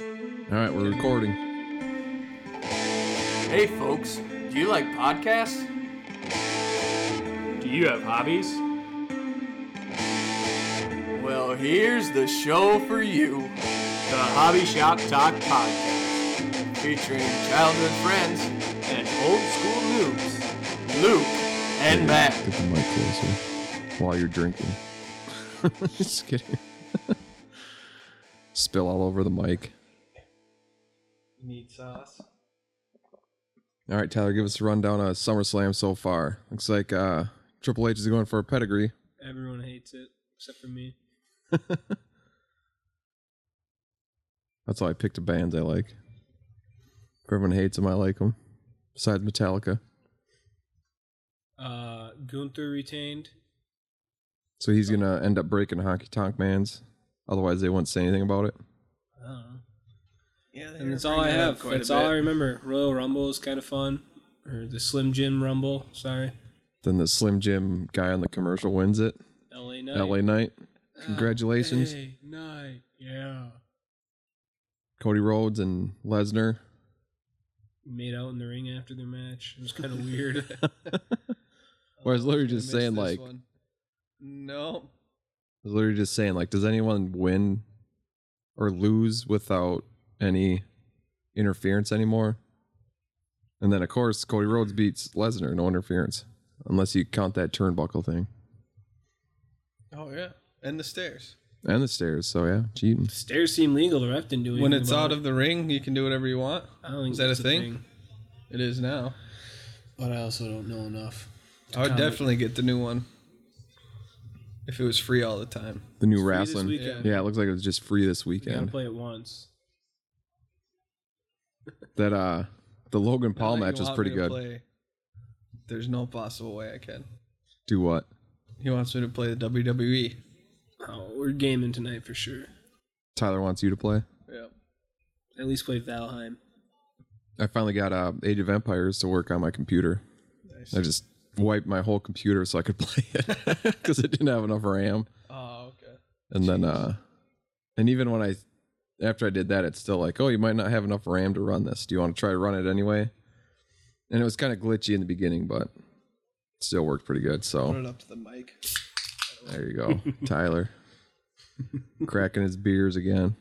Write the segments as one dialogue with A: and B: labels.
A: All right, we're recording.
B: Hey, folks, do you like podcasts?
C: Do you have hobbies?
B: Well, here's the show for you
C: The Hobby Shop Talk Podcast.
B: featuring childhood friends
C: And old school noobs.
B: Luke and Matt.
A: Get the mic closer while you're drinking. Just kidding. Spill all over the mic.
C: Need sauce.
A: All right, Tyler, give us a rundown of SummerSlam so far. Looks like uh, Triple H is going for a pedigree.
D: Everyone hates it except for me.
A: That's why I picked a band I like. If everyone hates them, I like them. Besides Metallica.
D: Uh, Gunther retained.
A: So he's going to end up breaking Honky Tonk Man's. Otherwise, they won't say anything about it.
D: I don't know.
E: Yeah, they
D: And that's
E: were
D: all I
E: bringing it up
D: have.
E: quite a
D: That's all
E: bit.
D: I remember. Royal Rumble is kind of fun, or the Slim Jim Rumble. Sorry,
A: Then the Slim Jim guy on the commercial wins it.
D: L.A. Night.
A: LA Knight.
D: Ah,
A: Congratulations.
D: LA Night. Yeah.
A: Cody Rhodes and Lesnar.
D: Made out in the ring after their match. It was kind of weird.
A: Where I was literally
E: Gonna
A: just
E: miss
A: saying,
E: this
A: like, I
E: one. no,
A: was literally just saying, like, does anyone win or lose without any interference anymore? And then, of course, Cody Rhodes
E: Hmm.
A: beats Lesnar, no interference, unless you count that turnbuckle thing
E: oh yeah, and the stairs.
A: and the stairs. So yeah, cheating.
D: Stairs seem legal. The ref didn't do anything.
E: When it's
D: about
E: out
D: it.
E: of the ring, you can do whatever you want.
D: I don't think
E: is that a
D: that's
E: thing? It is now.
D: But I also don't know enough.
E: I would
D: comment.
E: definitely get the new one if it was free all the time.
A: The new
D: Free this
A: wrestling.
D: weekend.
A: Yeah, it looks like it was just free this
D: You gotta
A: weekend.
D: play it once.
A: That uh, the Logan Paul
E: Now that
A: match
E: you
A: was
E: want
A: pretty
E: me to
A: good.
E: play- there's no possible way I can.
A: Do what?
E: He wants me to play the E. WWE.
D: Oh, we're gaming tonight for sure.
A: Tyler wants you to play.
E: Yep.
D: At least play Valheim.
A: I finally got uh, Age of Empires to work on my computer.
E: Nice.
A: I just wiped my whole computer so I could play it because it didn't have enough RAM.
E: Oh, okay.
A: And then, uh, and even when I, after I did that, it's still like, oh, you might not have enough RAM to run this. Do you want to try to run it anyway? And it was kind of glitchy in the beginning, but it still worked pretty good.
E: Put
A: So
E: it up to the mic.
A: there you go, Tyler, cracking his beers again.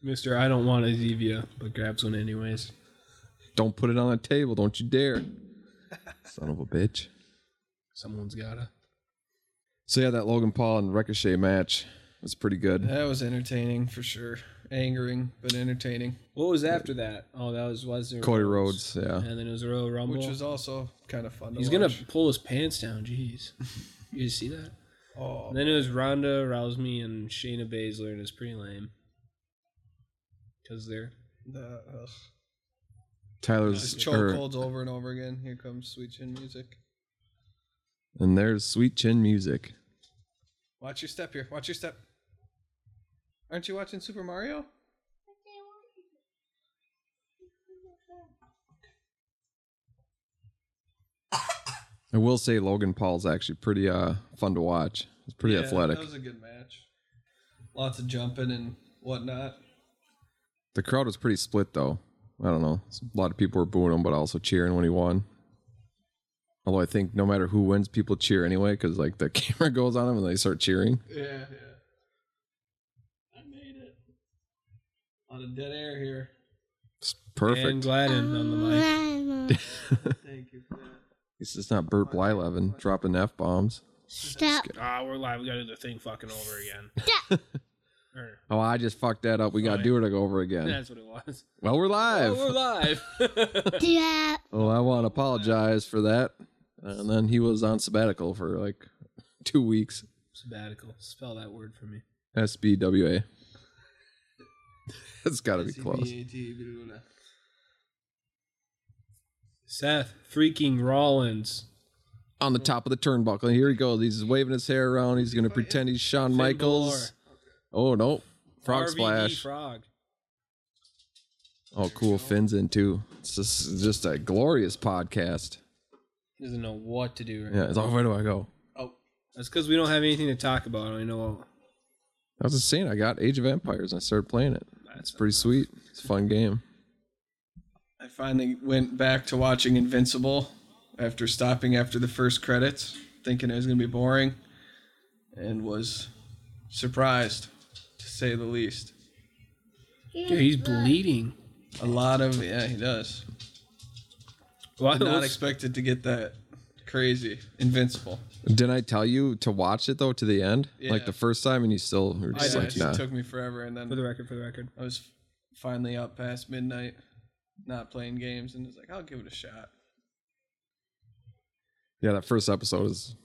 D: Mister, I don't want a Zevia, but grabs one anyways.
A: Don't put it on the table. Don't you dare, son of a bitch.
D: Someone's gotta.
A: So yeah, that Logan Paul and Ricochet match was pretty good.
E: That was entertaining for sure. Angering, but entertaining,
D: What was after that? Oh, that was Lesnar.
A: Cody Rhodes, yeah.
D: And then it was Royal Rumble.
E: which was also kind of fun. To
D: He's gonna
E: watch.
D: pull his pants down. Jeez, you see that?
E: Oh,
D: And then it was Ronda Rousey and Shayna Baszler, and it's pretty lame. Cause they're
E: the, ugh.
A: Tyler's
E: Just
A: or-
E: chokeholds over and over again. Here comes sweet chin music.
A: And there's Sweet Chin Music.
E: Watch your step here. Watch your step. Aren't you watching Super Mario?
A: I will say Logan Paul's actually pretty uh fun to watch. He's pretty athletic.
E: That was a good match. Lots of jumping and whatnot.
A: The crowd was pretty split though. I don't know. A lot of people were booing him, but also cheering when he won. Although I think no matter who wins, people cheer anyway because like the camera goes on him and they start cheering.
E: Yeah, yeah. I made it. A lot of dead air here.
A: It's
D: and
A: perfect.
D: Gladden on the mic.
E: Thank you for that.
A: It's just not Burt Blylevin dropping f bombs.
F: Stop.
D: Ah, we're live. We gotta do the thing fucking over again. Or-
A: Oh, I just fucked that up. We got to do it over again.
D: that's what it was.
A: Well, we're
D: Oh,
A: live.
D: we're live.
F: Stop.
A: Well, Oh, I want to apologize for that. And then he was on sabbatical for like two weeks.
D: Sabbatical. Spell that word for me.
A: SBWA. That's got to be close.
E: SCBAT.
D: Seth freaking Rollins.
A: On the top of the turnbuckle. Here he goes. He's waving his hair around. He's going to pretend he's Shawn
D: Finn
A: Michaels. Oh, no. Frog
D: RVD
A: splash.
D: E Frog.
A: Oh, cool. Finn's in too. It's just, just a glorious podcast.
D: Doesn't know what to do right now.
A: Yeah. It's like, where do I go?
D: That's because we don't have anything to talk about. I know
A: I was just saying, I got Age of Empires and I started playing it. It's
E: That's
A: pretty sweet. It's a fun game.
E: I finally went back to watching Invincible after stopping after the first credits, thinking it was going to be boring, and was surprised, to say the least.
D: Dude, he's bleeding.
E: A lot of yeah, he does.
D: Well,
E: Did not expect it to get that crazy. Invincible.
A: Didn't I tell you to watch it though to the end,
E: Yeah.
A: like the first time, and you still were
E: I
A: just
E: know, it
A: like, nah.
E: just took me forever, and
D: for the
E: then
D: record, for the record.
E: I was finally up past midnight, not playing games, and was like, I'll give it a shot.
A: yeah, that first episode is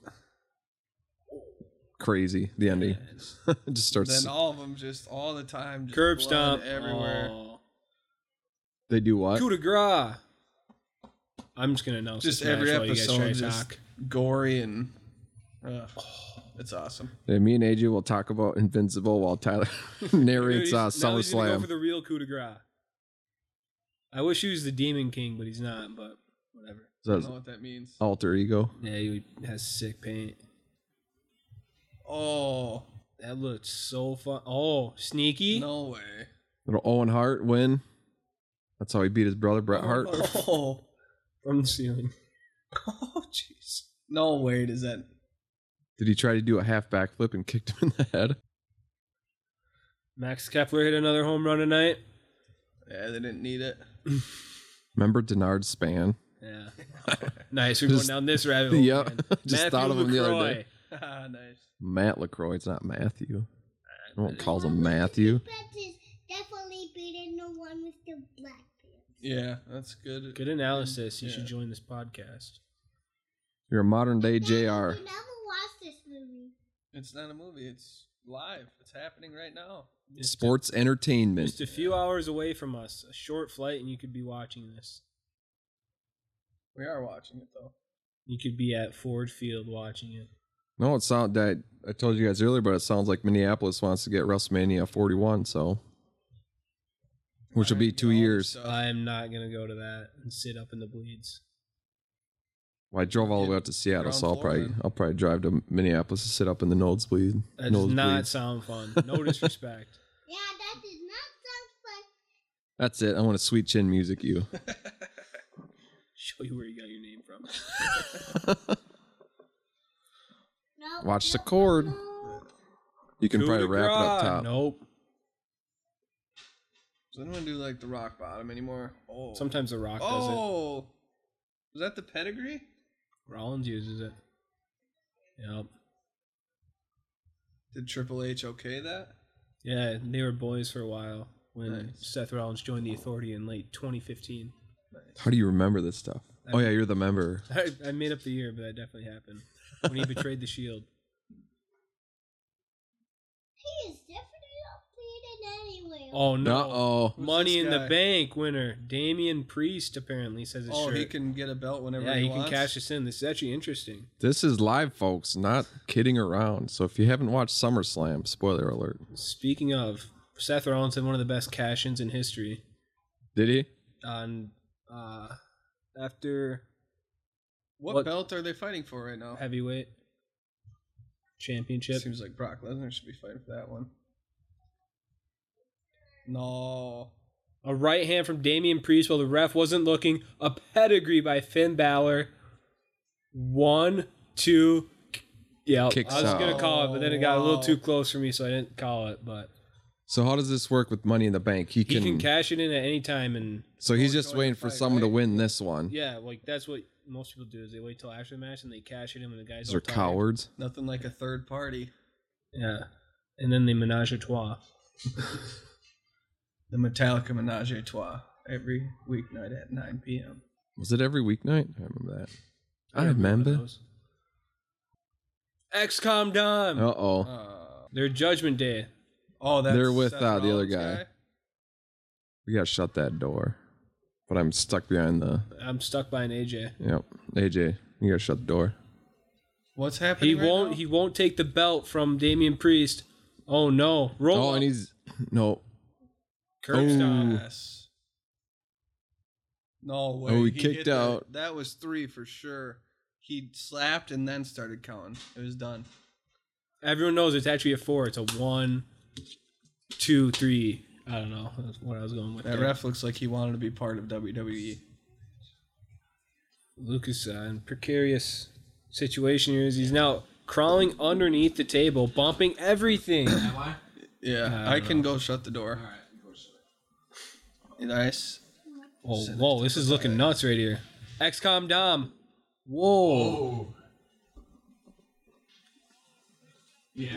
A: crazy. The ending it just starts.
E: Then all of them just all the time, just
D: Curb
E: blood
D: stomp.
E: everywhere.
D: Oh.
A: they do what?
D: Coup de grace. I'm just gonna announce
E: just
D: this match
E: every
D: while you guys try
E: episode,
D: to
E: just
D: talk.
E: gory and uh, it's awesome.
A: Yeah, me and AJ will talk about Invincible while Tyler
D: Dude,
A: narrates
D: he's-
A: uh,
D: now he's gonna Go
A: SummerSlam.
D: for the real coup de grace. I wish he was the Demon King, but he's not. But whatever.
E: I
A: So
E: don't
A: it's
E: know what that means.
A: alter ego.
D: Yeah, he has sick paint.
E: Oh
D: That looked so fun. Oh, sneaky.
E: no way!
A: Little Owen Hart win. That's how he beat his brother Bret Hart.
E: Oh
D: from the ceiling.
E: oh jeez! No way does that.
A: Did he try to do a half backflip and kicked him in the head?
D: Max Kepler hit another home run tonight.
E: Yeah, they didn't need it.
A: Remember Denard Span?
D: Yeah. nice. We're going
A: Just-
D: down this rabbit hole.
A: Yep.
D: again.
A: Just
D: Matthew
A: thought of him the other day.
D: LaCroix.
E: Ah, nice.
A: Matt LaCroix. It's not Matthew. No one calls him Matthew.
F: Panthers definitely beating the one with the black pants.
E: Yeah, that's good.
D: Good analysis. You
E: Yeah.
D: should join this podcast.
A: You're a modern day
F: Dad,
A: JR.
F: You never watched this movie.
E: It's not a movie. It's live. It's happening right now.
D: Just
A: Sports
D: A,
A: entertainment.
D: just a few hours away from us. A short flight, and you could be watching this.
E: We are watching it though.
D: You could be at Ford Field watching it.
A: No, it sound that I told you guys earlier, but it sounds like Minneapolis wants to get WrestleMania 41. So, which will be two
E: All this
A: years.
E: stuff.
D: I'm not gonna go to that and sit up in the bleeds.
A: Well, I drove all the way out to Seattle, so I'll probably I'll probably drive to Minneapolis to sit up in the nosebleed.
D: That does not
A: nosebleeds.
D: sound fun. No disrespect.
F: Yeah, that did not sound fun.
A: That's it. I want to sweet chin music you.
D: Show you where you got your name from.
F: No,
A: Watch the
F: no,
A: cord.
F: no.
A: You can
D: Coup
A: probably
D: de
A: wrap it up
D: grace.
A: top.
D: Nope.
E: Does anyone do like the rock bottom anymore? Oh,
D: Sometimes The Rock does it.
E: Oh, was that the pedigree?
D: Rollins uses it. Yep.
E: Did Triple H okay that?
D: Yeah, they were boys for a while when
E: Nice.
D: Seth Rollins joined the Authority in late 2015.
A: How do you remember this stuff?
D: I-
A: Oh yeah, you're the member.
D: I, I made up the year, but that definitely happened when he betrayed the Shield.
F: He is definitely not playing it anywhere.
D: Oh no!
A: Uh oh.
E: Who's
D: Money
E: this
D: in the
E: guy?
D: Bank winner Damian Priest apparently says his
E: Oh,
D: shirt.
E: he can get a belt whenever
D: yeah,
E: he,
D: he can
E: wants.
D: cash this in. This is actually interesting.
A: This is live, folks, not kidding around. So if you haven't watched SummerSlam, spoiler alert.
D: Speaking of, Seth Rollins had one of the best cash-ins in history.
A: Did he?
D: On uh, after
E: What,
D: What-
E: belt are they fighting for right now?
D: heavyweight championship,
E: Seems like Brock Lesnar should be fighting for that one. No.
D: A right hand from Damian Priest while the ref wasn't looking. A pedigree by Finn Balor. One, two. k- Yeah,
A: Kicks
D: I was
A: out.
D: gonna call it, but then it got a little
E: Oh, Wow.
D: too close for me, so I didn't call it. But
A: So how does this work with Money in the Bank? He
D: he
A: can.
D: can, cash it in at any time, and
A: so he's just waiting for someone to win this one.
D: yeah, like that's what most people do is they wait till after the match and they cash it in when the guys
A: These are
D: all tired.
A: cowards.
E: Nothing like a third party.
D: Yeah, and then they menage a trois.
E: The Metallica Menage a Trois every weeknight at 9 p.m.
A: Was it every weeknight? I remember that. I remember.
D: those. XCOM Dom.
A: Uh oh.
E: Uh,
D: Their Judgment Day.
E: oh, that's
A: They're with,
E: Seth
A: uh, the other
E: Rollins
A: guy. We gotta shut that door. But I'm stuck behind the.
D: I'm stuck by an AJ.
A: Yep. AJ, you gotta shut the door.
E: What's
D: He
E: happening? right
D: won't.
E: now?
D: He won't take the belt from Damian Priest. Oh no! Roll.
A: Oh, and he's no.
D: curb
A: Oh.
D: stomp.
E: Yes. No way.
A: Oh, he
E: hit
A: kicked
E: that.
A: out.
E: That was three for sure. He slapped and then started counting. It was done.
D: Everyone knows it's actually a four. It's a one, two, three. I don't know That's what I was going with.
E: That
D: there.
E: ref looks like he wanted to be part of E. WWE.
D: Luke is uh, in precarious situation here. as He's now crawling underneath the table, bumping everything.
E: Yeah, I, can go shut the door. Nice.
D: oh, whoa! This is looking nuts right here. XCOM Dom. Whoa!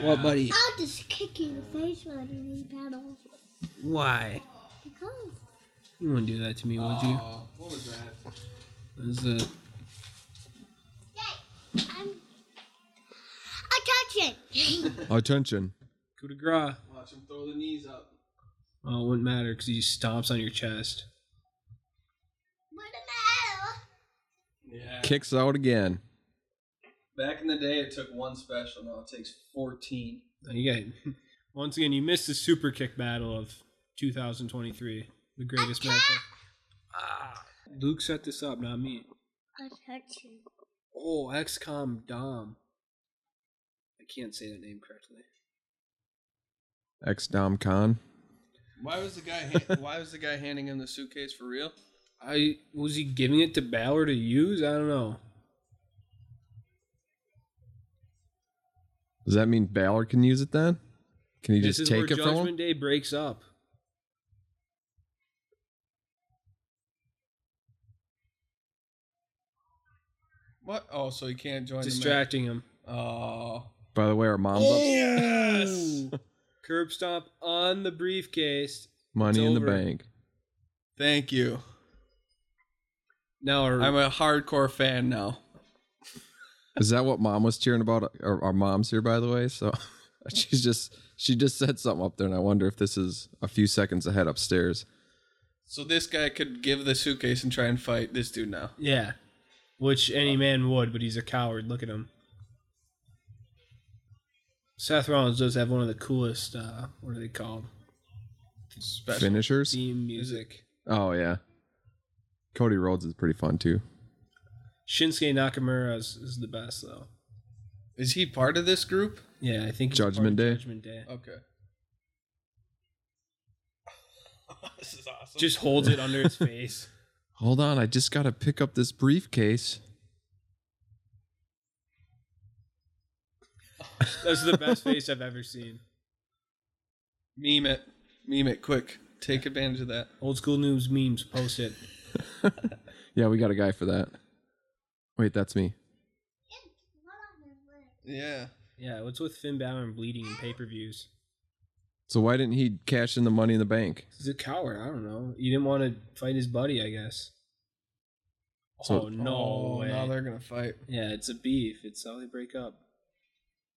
D: What, buddy?
F: I'll just kick you in the face while you paddle.
D: Why?
F: Because
D: You wouldn't do that to me, would you?
C: What was that?
D: This is a-
F: Hey, I'm attention.
A: Attention.
D: coup de grace.
E: Watch him throw the knees up.
D: Oh, it wouldn't matter because he stomps on your chest.
F: what the matter?
A: Kicks out again.
E: Back in the day, it took one special. Now it takes 14.
D: Now You got once again. You missed the super kick battle of 2023, the greatest match. of- Ah, Luke set this up, not me.
F: Attention.
D: Oh, XCOM Dom. I can't say that name correctly.
A: Ex Dom Khan.
E: Why was the guy? Ha- why was the guy handing him the suitcase for real?
D: I was he giving it to Balor to use? I don't know.
A: Does that mean Balor can use it then? Can he
D: this
A: just
D: is
A: take
D: where
A: it
D: Judgment
A: from him?
D: Day breaks up.
E: What? Oh, so he can't join.
D: Distracting him.
E: The ma- oh,
A: By the way, our mom's up.
E: yes!
D: Curb stomp on the briefcase.
A: Money in the
D: over.
A: bank.
E: Thank you.
D: Now
E: I'm
D: our,
E: a hardcore fan now.
A: Is that what mom was cheering about? Our, our mom's here, by the way. So she's just she just said something up there, and I wonder if this is a few seconds ahead upstairs.
E: So this guy could give the suitcase and try and fight this dude now.
D: yeah, which any man would, but he's a coward. Look at him. Seth Rollins does have one of the coolest. Uh, what are they called?
E: Special.
A: Finishers.
D: Theme music.
A: Oh yeah. Cody Rhodes is pretty fun too.
D: Shinsuke Nakamura is, is the best though.
E: Is he part of this group?
D: Yeah, I think it's
A: Judgment
D: part
A: Day?
D: of Judgment Day.
E: Okay. this is awesome.
D: Just holds it under his face.
A: Hold on, I just gotta pick up this briefcase.
D: That's the best face I've ever seen.
E: meme it, meme it quick. Take advantage of that.
D: Old school news memes. Post it.
A: Yeah, we got a guy for that. Wait, that's me.
E: Yeah.
D: Yeah, what's with Finn Balor and bleeding in pay per views?
A: So why didn't he cash in the money in the bank?
D: He's a coward. I don't know. You didn't want to fight his buddy, I guess.
A: So-
D: oh no
E: oh,
D: way!
E: now they're gonna fight.
D: Yeah, it's a beef. It's how they break up.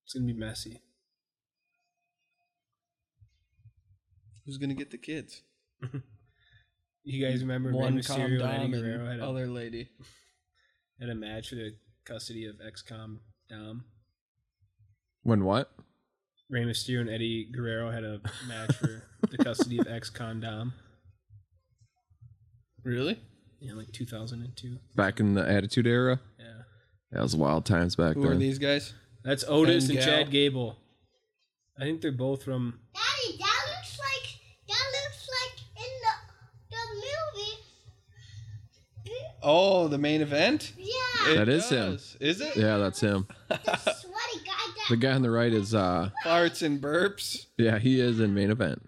D: It's gonna be messy.
E: Who's gonna get the kids?
D: You guys remember Rey
E: Mm, One
D: Mysterio and Eddie
E: condom
D: Guerrero had
E: and
D: a,
E: other lady.
D: had a match for the custody of XCOM Dom.
A: When what?
D: Rey Mysterio and Eddie Guerrero had a match for the custody of XCOM Dom
E: Really?
D: in like 2002.
A: Back in the Attitude Era?
D: Yeah,
A: That was wild times back
E: Who are
A: then.
E: these guys?
D: that's Otis
E: And
D: and,
E: Gal.
D: Chad Gable. I think they're both from.
F: Daddy, that looks like that looks like in the the movie.
E: Oh, the main event.
F: Yeah,
A: That is him.
E: does. Is it?
A: Yeah, that's him.
F: the sweaty guy that
A: The guy on the right is uh
E: Farts and burps.
A: yeah, he is in main event.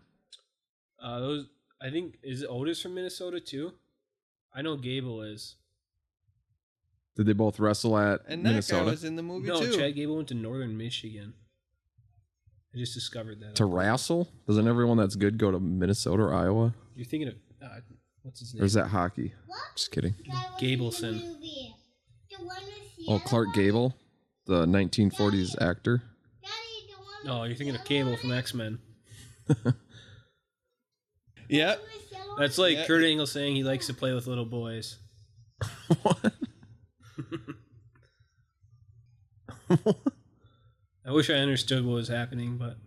D: Uh, those I think is Otis from Minnesota too. I know Gable is.
A: Did they both wrestle at
E: And that guy
A: Minnesota?
E: was in the movie
D: no,
E: too.
D: Chad Gable went to Northern Michigan. I just discovered that.
A: to wrestle? Doesn't everyone that's good go to Minnesota or Iowa?
D: You're thinking of uh, what's his name?
A: Or is that hockey?
F: what
A: Just kidding.
F: guy was
D: Gableson.
F: in the movie? The one with the
A: Oh,
F: yellow
A: Clark
F: one?
A: Gable, the 1940s actor.
F: Daddy, the one
D: no,
F: with
D: Oh, you're
F: the
D: thinking of
F: yellow
D: Cable from
F: one?
D: X Men.
E: Yeah.
F: The one with yellow
D: That's
F: one?
D: like
E: Yeah.
D: Kurt Angle saying he likes to play with little boys.
A: what?
D: I wish I understood what was happening, but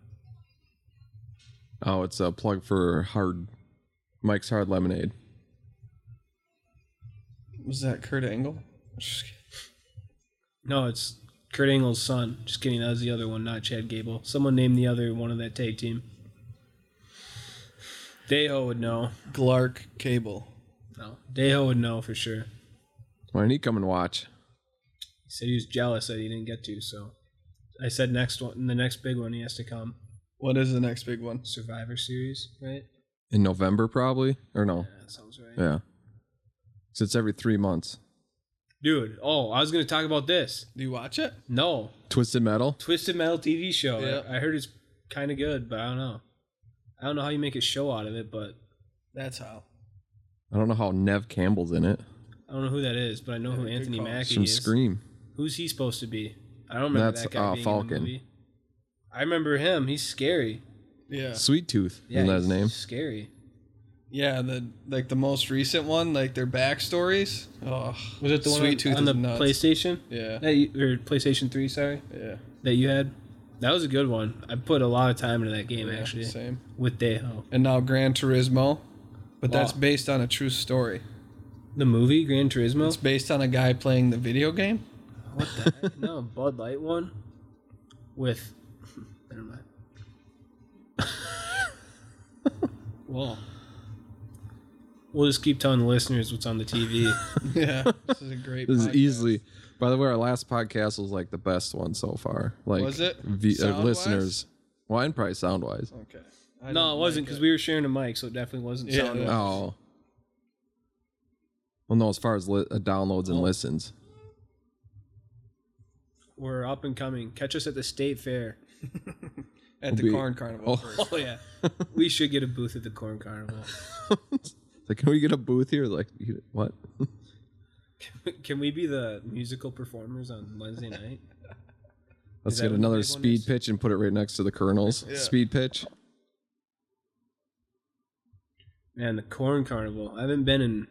A: Oh, it's a plug for hard Mike's Hard Lemonade.
E: Was that Kurt Angle?
D: no, it's Kurt Angle's son. Just kidding. That was the other one, not Chad Gable. Someone named the other one of that tag team. Deho would know.
E: Glark Cable.
D: No, Deho would know for sure.
A: Why didn't he come and watch?
D: He said he was jealous that he didn't get to. So I said next one, the next big one, he has to come.
E: What is the next big one?
D: Survivor Series, right?
A: In November, probably? Or no?
D: That sounds right.
A: Yeah. So it's every three months.
D: Dude, oh, I was gonna talk about this.
E: Do you watch it?
D: No,
A: Twisted Metal?
D: Twisted Metal TV show. I-
E: Yeah.
D: I, heard it's kind of good, but I don't know. I don't know how you make a show out of it, but
E: That's how.
A: I don't know how Nev Campbell's in it.
D: I don't know who that is. But I know who
E: good
D: Anthony
E: call.
A: It's
D: Mackie
A: from
D: is.
A: Scream.
D: Who's he supposed to be? I don't remember
A: That's,
D: that guy
A: uh,
D: being in the
A: Falcon.
D: movie. I remember him. He's scary.
E: Yeah.
A: Sweet Tooth.
D: Yeah,
A: Isn't that his
D: he's
A: name?
D: Scary.
E: Yeah, the like the most recent one, like their backstories. Oh,
D: Was it the
E: Sweet
D: one on-
E: Tooth
D: on
E: is
D: the
E: nuts.
D: PlayStation?
E: Yeah,
D: That you, or PlayStation Three? Sorry,
E: yeah.
D: that you had. That was a good one. I put a lot of time into that game
E: yeah,
D: actually
E: same.
D: with uh, Deho.
E: And now Gran Turismo, but that's
D: Wow.
E: based on a true story.
D: The movie Gran
E: It's
D: Turismo.
E: based on a guy playing the video game.
D: What the heck? No, Bud Light one with. Never mind. well, we'll just keep telling the listeners what's on the TV.
E: Yeah, this is a great.
A: This is
E: podcast.
A: easily. By the way, our last podcast was like the best one so far. Like,
E: Was it?
A: V- uh,
E: Sound-wise? Oh,
A: listeners. Well, and probably sound wise.
E: Okay.
D: no, it wasn't because we were sharing a mic, so it definitely wasn't.
E: Yeah,
D: sound
E: yeah.
A: Oh. Well, no, as far as li- uh, downloads
E: Oh.
A: and listens.
D: We're up and coming. Catch us at the state fair.
E: at the
A: Be-
E: corn carnival.
A: Oh.
D: Oh yeah, we should get a booth at the corn carnival.
A: It's like, can we get a booth here? Like, you- what?
D: Can we be the musical performers on Wednesday night?
A: Let's
D: that
A: get
D: what the
A: another
D: big one
A: speed
D: is?
A: pitch and put it right next to the kernels.
E: Yeah.
A: Speed pitch.
D: Man, the corn carnival. I haven't been in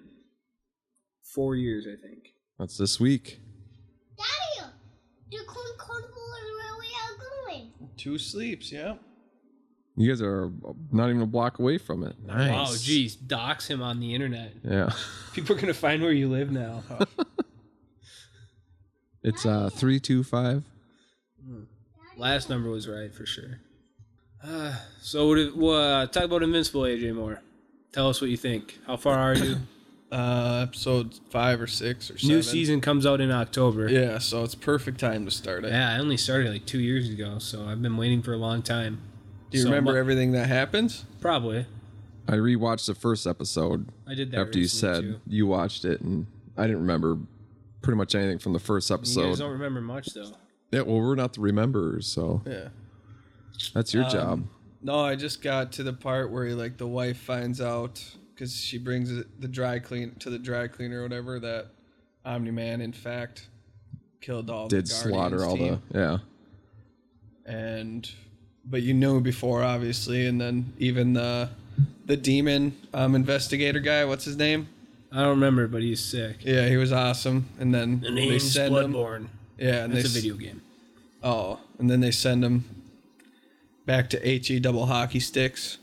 D: four years, I think.
A: That's this week.
F: Daddy, the corn carnival is where we are going.
E: Two sleeps. Yeah.
A: You guys are not even a block away from it. Nice.
D: Wow, geez, dox him on the internet.
A: Yeah.
D: People are gonna find where you live now.
A: It's uh three two five.
D: Last number was right for sure. Uh, so, what if, well, uh, talk about Invincible, AJ Moore. Tell us what you think. How far are you?
E: Uh, episode five or six or seven.
D: New season comes out in October.
E: Yeah, so it's perfect time to start it.
D: Yeah, I only started like two years ago, so I've been waiting for a long time.
E: Do you
D: So
E: remember
D: mu-
E: everything that happens?
D: Probably.
A: I rewatched the first episode
D: I did that
A: after you
D: recently,
A: said
D: too.
A: you watched it, and I didn't remember pretty much anything from the first
D: You guys
A: episode.
D: don't remember much though.
A: Yeah, well, we're not the rememberers, so
E: Yeah.
A: that's
E: Um,
A: your job.
E: No, I just got to the part where like the wife finds out because she brings it- the dry clean to the dry cleaner or whatever that Omni Man in fact killed all
A: Did
E: the
A: slaughter all
E: team.
A: the yeah.
E: the and but you knew before obviously and then even the the demon um, investigator guy what's his name
D: I don't remember, but he's sick.
E: yeah he was awesome and then
D: The
E: they
D: name's
E: send him
D: Bloodborne.
E: yeah and
D: That's a
E: they s-
D: video game.
E: Oh, and then they send him back to HE double hockey sticks.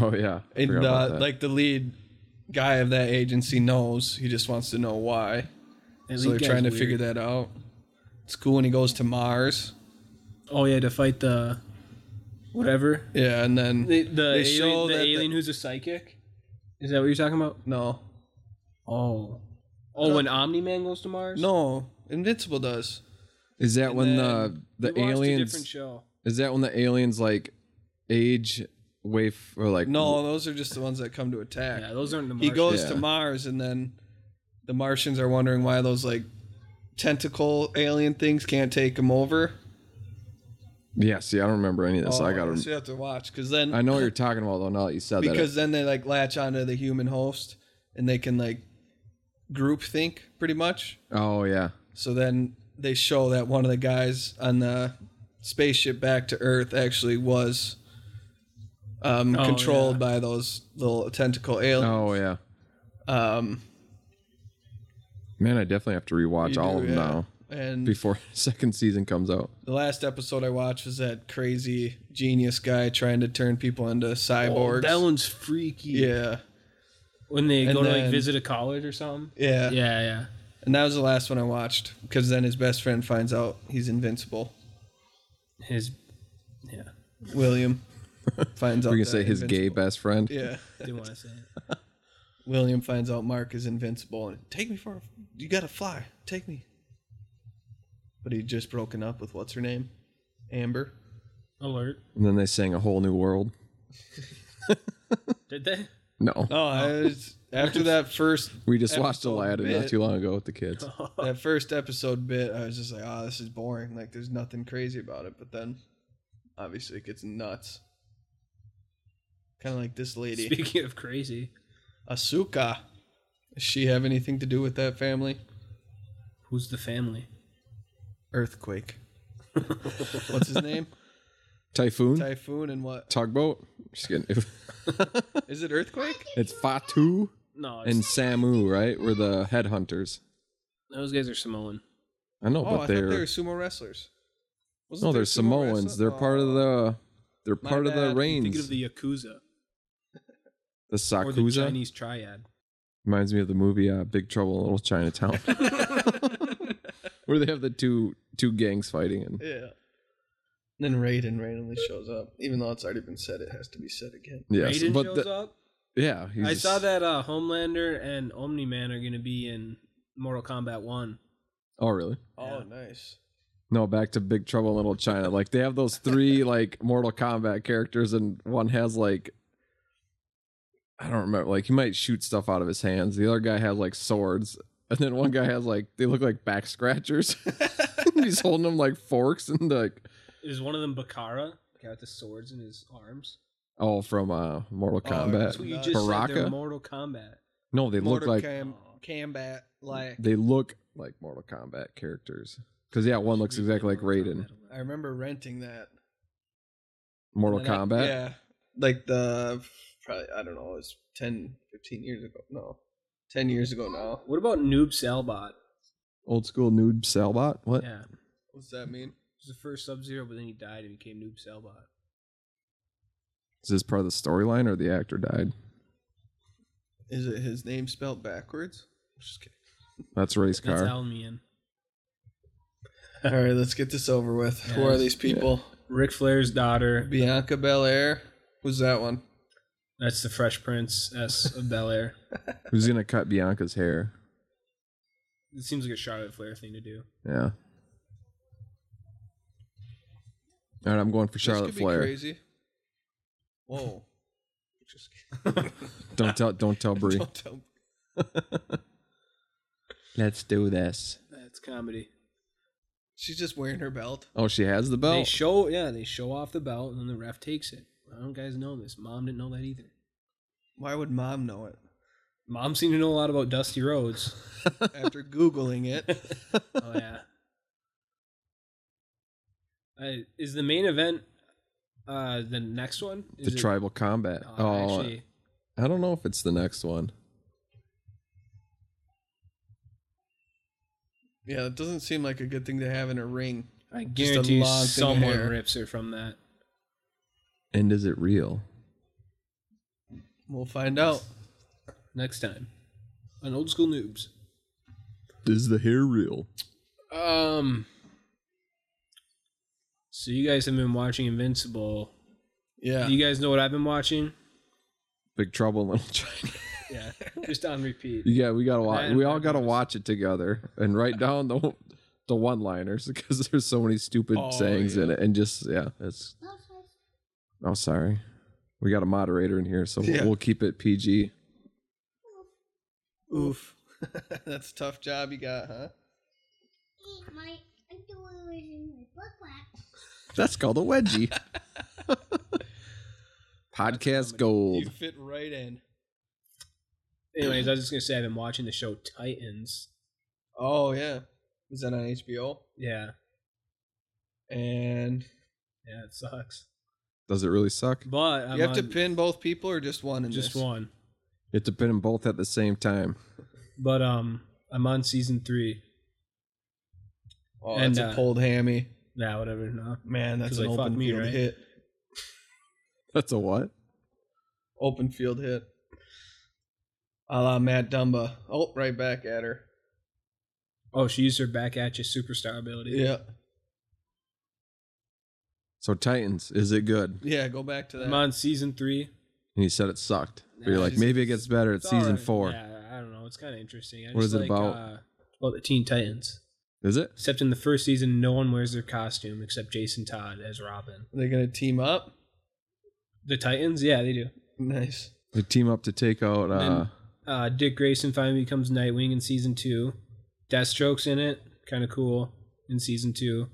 A: Oh yeah.
E: And
A: Forgot about
E: uh,
A: that.
E: like the lead guy of that agency knows. He just wants to know why.
D: That
E: So
D: lead
E: they're
D: guy's
E: trying to
D: weird.
E: figure that out. It's cool when he goes to Mars.
D: Oh yeah, to fight the whatever
E: Yeah, and then
D: the the
E: They
D: alien,
E: show
D: the
E: that the-
D: alien who's a psychic. Is that what you're talking about?
E: no,
D: Oh, oh, when Omni Man goes to Mars.
E: no, Invincible does.
A: is that when the
E: then
A: the
D: We watched a
A: aliens
D: different show.
A: is that when the aliens like age wave or like
E: No, those are just the ones that come to attack.
D: Yeah, those aren't the.
E: he
D: Martian.
E: goes
A: Yeah.
E: to Mars, and then the Martians are wondering why those like tentacle alien things can't take him over.
A: Yeah, see, I don't remember any of this. I got
E: Oh, so
A: to.
E: you have to watch because then
A: I know what you're talking about though. Now that you said
E: because then they like latch onto the human host and they can like group think pretty much
A: that. Oh yeah.
E: so then they show that one of the guys on the spaceship back to earth actually was um,
D: Oh,
E: controlled
D: yeah.
E: by those little tentacle aliens
A: Oh yeah.
E: um,
A: Man, I definitely have to rewatch
E: you
A: all
E: do,
A: of them
E: yeah.
A: now
E: and
A: before second season comes out.
E: the last episode i watched was that crazy genius guy trying to turn people into cyborgs
D: That one's freaky.
E: yeah
D: When they
E: And
D: go to like
E: then-
D: visit a college or something.
E: yeah
D: Yeah, yeah.
E: and that was the last one i watched because then his best friend finds out he's invincible
D: His. Yeah.
E: william finds out
A: We're gonna
E: that
A: say his gay
E: Invincible-
A: best friend.
E: Yeah.
D: Didn't want to say it.
E: William finds out Mark is invincible and take me for a, you gotta fly. Take me. But he'd just broken up with what's her name? Amber.
D: Alert.
A: And then they sang a whole new world.
D: Did they?
A: No,
D: Oh,
E: No, Oh, I was, after that first
A: we just watched
E: episode
A: Aladdin
E: bit-
A: not too long ago with the kids.
E: that first episode bit, I was just like, oh, this is boring. Like, there's nothing crazy about it. But then, obviously, it gets nuts. Kind of like this lady,
D: Speaking of crazy,
E: Asuka. Does she have anything to do with that family?
D: who's the family?
E: Earthquake. What's his name?
A: Typhoon,
E: Typhoon and what?
A: tugboat. Just kidding.
E: Is it Earthquake?
A: it's Fatu
D: No, it's,
A: and Samu, right? Were the headhunters.
D: those guys are Samoan.
A: I know,
E: Oh, I
A: but
E: thought they
A: they're
E: were sumo wrestlers. Wasn't
A: no,
E: there
A: they're
E: a sumo
A: Samoans.
E: wrestler?
A: They're part
D: uh,
A: of
E: Oh.
A: the they're
E: My
A: part of
E: bad.
A: the
E: I'm
D: Thinking
A: reigns.
D: of the Yakuza
A: The
D: or the
A: Sakuza
D: Chinese triad.
A: reminds me of the movie uh, Big Trouble in Little Chinatown, where they have the two two gangs fighting. And
E: Yeah. Then Raiden randomly shows up, even though it's already been said. It has to be said again.
A: yes,
D: Raiden
A: but
D: shows
A: the-
D: up.
A: yeah, he's
D: I
A: just-
D: saw that uh, Homelander and Omni Man are going to be in Mortal Kombat One.
A: Oh, really?
E: Oh,
D: Yeah.
E: nice.
A: No, back to Big Trouble in Little China. Like they have those three like Mortal Kombat characters, and one has like I don't remember. Like he might shoot stuff out of his hands. The other guy has like swords, and then one guy has like they look like back scratchers. He's holding them like forks and like
D: Is one of them Bakara? Got the swords in his arms.
A: oh from uh Mortal
E: Oh,
A: Kombat.
D: That's what you
E: Nice.
D: just said. They're
A: Baraka?
D: Mortal Kombat.
A: no, they look
E: Mortal
A: like
E: Kam- Kombat, like
A: they look like Mortal Kombat characters. Because yeah, one looks exactly like Raiden.
E: I remember renting that.
A: Mortal
E: And I-
A: Kombat.
E: yeah. Like the probably I don't know, it was 10, 15 years ago. No. 10 years ago now.
D: What about Noob Salbot?
A: Old school nude Salbot. What?
D: Yeah,
E: What's that mean?
D: he was the first Sub Zero, but then he died and became Noob Salbot.
A: Is this part of the storyline or the actor died?
E: Is it his name spelled backwards? Just kidding.
A: That's race car.
D: That's Almian.
E: All right, let's get this over with. Who
D: Yeah.
E: are these people?
D: Ric Flair's daughter.
E: Bianca Belair. Who's that one?
D: That's the Fresh Prince S of Bel Air.
A: Who's gonna cut Bianca's hair?
D: It seems like a Charlotte Flair thing to do.
A: Yeah. All right, I'm going for
E: this
A: Charlotte
E: could
A: Flair.
E: Be crazy. Whoa. Just kidding.
A: Don't tell, don't tell Brie.
E: Don't tell me.
A: Let's do this.
D: That's comedy.
E: She's just wearing her belt.
A: Oh, she has the
D: They
A: belt.
D: show, yeah, they show off the belt, and then the ref takes it. I don't guys know this. Mom didn't know that either.
E: Why would mom know it?
D: Mom seemed to know a lot about Dusty Rhodes.
E: After Googling it.
D: oh yeah. I, is the main event uh the next one?
A: the
D: Is it-
A: tribal combat.
D: Oh,
A: oh,
D: actually,
A: I don't know if it's the next one.
E: Yeah, it doesn't seem like a good thing to have in a ring.
D: I
E: just a
D: guarantee you
E: long thing of
D: someone
E: hair.
D: rips her from that.
A: And is it real?
E: We'll find out.
D: next time on old school noobs
A: Is the hair real?
D: um so you guys have been watching invincible
E: Yeah.
D: do you guys know what i've been watching
A: Big Trouble in Little China.
D: yeah just on repeat
A: Yeah, we gotta watch.
D: Man,
A: We all
D: that
A: gotta
D: was-
A: watch it together and write down the the one liners because there's so many stupid
E: Oh,
A: sayings in
E: yeah.
A: it. And just yeah, it's Oh, sorry. We got a moderator in here, so we'll-
E: Yeah.
A: we'll keep it PG.
E: Oof. That's a tough job you got, huh?
F: Eat my underwear is in my book wax.
A: That's called a wedgie. Podcast
E: You
A: gold.
E: fit right in.
D: anyways i was just gonna say i've been watching the show titans
E: Oh yeah. Was that on HBO?
D: yeah
E: And
D: yeah it sucks
A: Does it really suck?
D: but I'm
E: you have to
D: on
E: pin both people or just one in
D: just
E: this?
D: one
A: You have to pin them both at the same time.
D: but um i'm on season three
E: Oh,
D: And,
E: that's
D: uh,
E: a pulled hammy.
D: now nah, whatever nah.
E: Man, that's
D: 'cause
E: an
D: they fucked
E: open
D: me,
E: field
D: right?
E: hit.
A: That's a what?
E: Open field hit. A la Matt Dumba. Oh, right back at her.
D: oh she used her back at you superstar ability
E: Yeah.
A: So Titans, is it good?
E: Yeah, go back to that.
D: I'm on season three.
A: And he said it sucked. But you're
D: Nah,
A: like,
D: it's-
A: maybe it gets better at
D: It's
A: season
D: alright.
A: four.
D: Yeah, I don't know. It's kind of interesting. I
A: What
D: just
A: is it
D: like,
A: about?
D: Uh, it's about the Teen Titans.
A: Is it?
D: Except in the first season, no one wears their costume except Jason Todd as Robin.
E: Are they gonna team up?
D: The Titans, yeah, they do.
E: Nice.
A: They team up to take out. Uh,
D: then- Uh, Dick Grayson finally becomes Nightwing in season two. Deathstroke's in it, kind of cool in season two.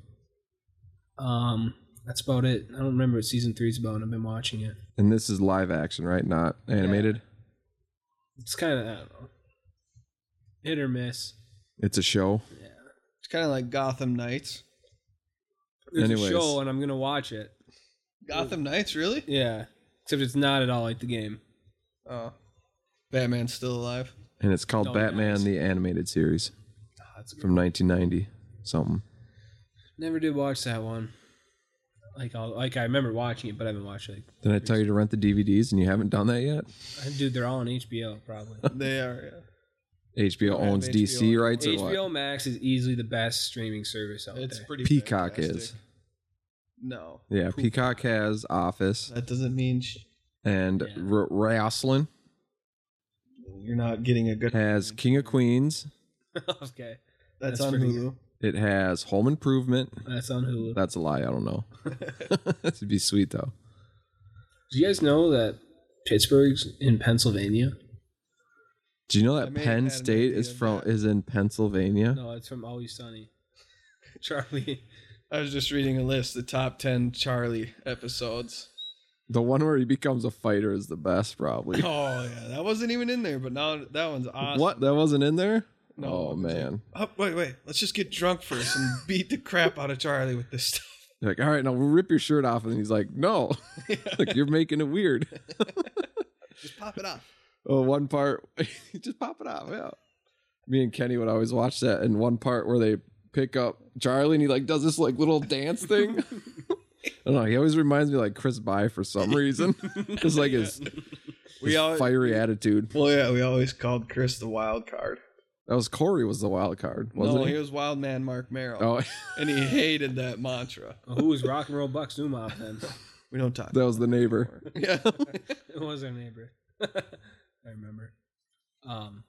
D: Um, that's about it. I don't remember what season three's about. I've been watching it.
A: and this is live action, right? Not animated.
D: It's kind of I don't know, hit or miss.
A: It's a show.
E: It's kind of like Gotham Knights.
D: It's
A: Anyways.
D: a show, and I'm gonna watch it.
E: Gotham Knights, really?
D: Yeah, except it's not at all like the game.
E: Oh, Batman's still alive.
A: And it's called
D: No, it
A: Batman
D: does.
A: the Animated Series
D: that's
A: from 1990 something.
D: Never did watch that one. Like I like I remember watching it, but I haven't watched it.
A: Did I tell you to rent the DVDs and you haven't done that yet?
D: Like, dude, they're all on HBO probably.
E: They are.
A: HBO
E: I have
A: owns
E: HBO.
A: DC rights or
D: HBO
A: what?
D: Max is easily the best streaming service out
E: Yeah. It's
D: there.
E: pretty.
A: Peacock
E: fantastic.
A: is.
E: No.
A: Yeah, Peacock has Office
E: That doesn't mean sh-
A: and
D: Yeah.
A: R- Wrestling
E: you're not getting a good.
A: has King of Queens.
D: okay,
E: That's,
D: That's
E: on
D: pretty
E: Hulu.
A: It has Home Improvement.
D: that's on Hulu.
A: That's a lie. I don't know. That'd be sweet though.
D: Do you guys know that Pittsburgh's in Pennsylvania?
A: Do you know
E: I
A: that
E: may have
A: Penn
E: had an
A: State
E: idea
A: is
E: of
A: from
E: that.
A: is in Pennsylvania?
D: No, it's from Always Sunny. Charlie,
E: I was just reading a list, the top ten Charlie episodes.
A: The one where he becomes a fighter is the best, probably.
E: Oh yeah, that wasn't even in there, but now that one's awesome.
A: What? That wasn't in there?
E: No,
A: oh
E: it was
A: man.
E: Oh, wait, wait. Let's just get drunk first and beat the crap out of Charlie with this stuff.
A: You're like, all right, now we'll rip your shirt off. And he's like, no. like you're making it weird.
E: Just pop it off.
A: Oh, one part just pop it off. Yeah. Me and Kenny would always watch that and one part where they pick up Charlie and he like does this like little dance thing. I don't know. He always reminds me like Chris By for some reason. Just like his,
E: We
A: his
E: always-
A: fiery attitude.
E: Well, yeah, we always called Chris the wild card.
A: That was Corey was the wild card, wasn't
E: no,
A: he?
E: he was wild man Mark Merrill,
A: oh,
E: and he hated that mantra.
D: Oh, who was Rock and Roll Bucks Umop then?
E: We don't talk.
A: that was the neighbor.
E: yeah.
D: It was our neighbor. I remember. Um,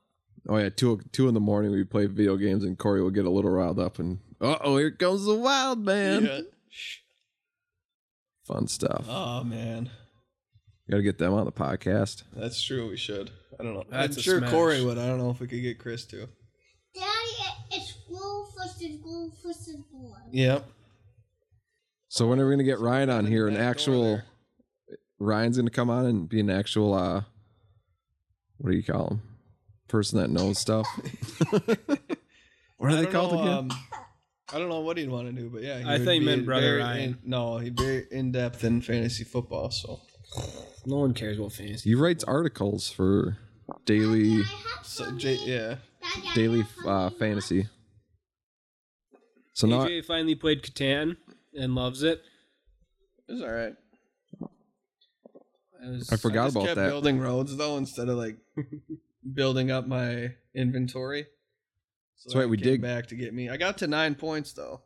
A: Oh yeah, two two in the morning we play video games and Corey will get a little riled up and uh oh here comes the wild man.
E: yeah.
A: Fun stuff.
E: Oh man,
A: Got to get them on the podcast.
E: that's true. We should. I don't know.
D: That's
E: I'm
D: a
E: sure
D: smash.
E: Corey would. I don't know if we could get Chris to.
F: Daddy, it- it's wolf versus wolf versus wolf.
E: Yep.
A: So when are we gonna get Ryan on here? An
E: Back door
A: actual
E: there.
A: Ryan's gonna come on and be an actual uh, what do you call him? Person that knows stuff. what are
E: I
A: they
E: don't
A: called
E: know,
A: again?
E: um, I don't know what he'd want to do, but yeah, he
D: I
E: would
D: thought you
E: be
D: meant Brother
E: very
D: Ryan.
E: in- no, he'd be in depth in fantasy football. So
D: no one cares about fantasy.
A: he writes articles for daily
F: I have
E: So,
F: something.
E: J- yeah.
F: Daddy, I
A: daily
F: have
A: uh,
F: something.
A: fantasy. So now
D: AJ finally played Catan and loves it.
E: It was all right.
D: I was
A: I forgot
E: just
A: about
E: kept
A: that.
E: building roads though instead of like building up my inventory. So
A: That's
E: that
A: right, we
E: came
A: dig.
E: back to get me. I got to nine points though.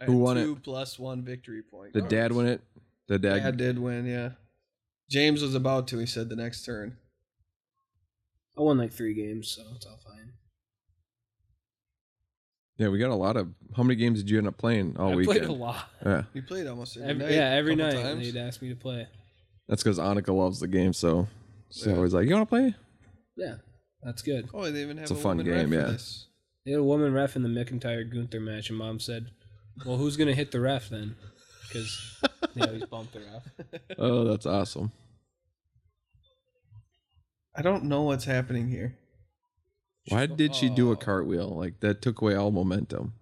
E: I
A: Who
E: had
A: won it?
E: two plus one victory point.
A: the dad win it. The dad,
E: Dad, did win. Yeah, James was about to. He said the next turn.
D: I won like three games, so it's all fine.
A: Yeah, we got a lot of. How many games did you end up playing all
D: I
A: weekend?
D: played a lot.
A: Yeah,
E: He played almost every
D: Every,
E: night.
D: yeah, every
E: couple
D: night
E: times.
D: they'd ask me to play.
A: that's because Annika loves the game, so she's
E: Yeah.
A: always like, "You want to play?"
D: Yeah, that's good.
E: Oh, they even have
A: It's a fun
E: woman ref
A: game,
E: for
A: yeah.
E: this.
D: They had a woman ref in the McIntyre Gunther match, and mom said, Well, who's going to hit the ref then? Because they always bump the ref.
A: Oh, that's awesome.
E: I don't know what's happening here.
A: Why did she do
E: Oh.
A: a cartwheel? Like that took away all momentum.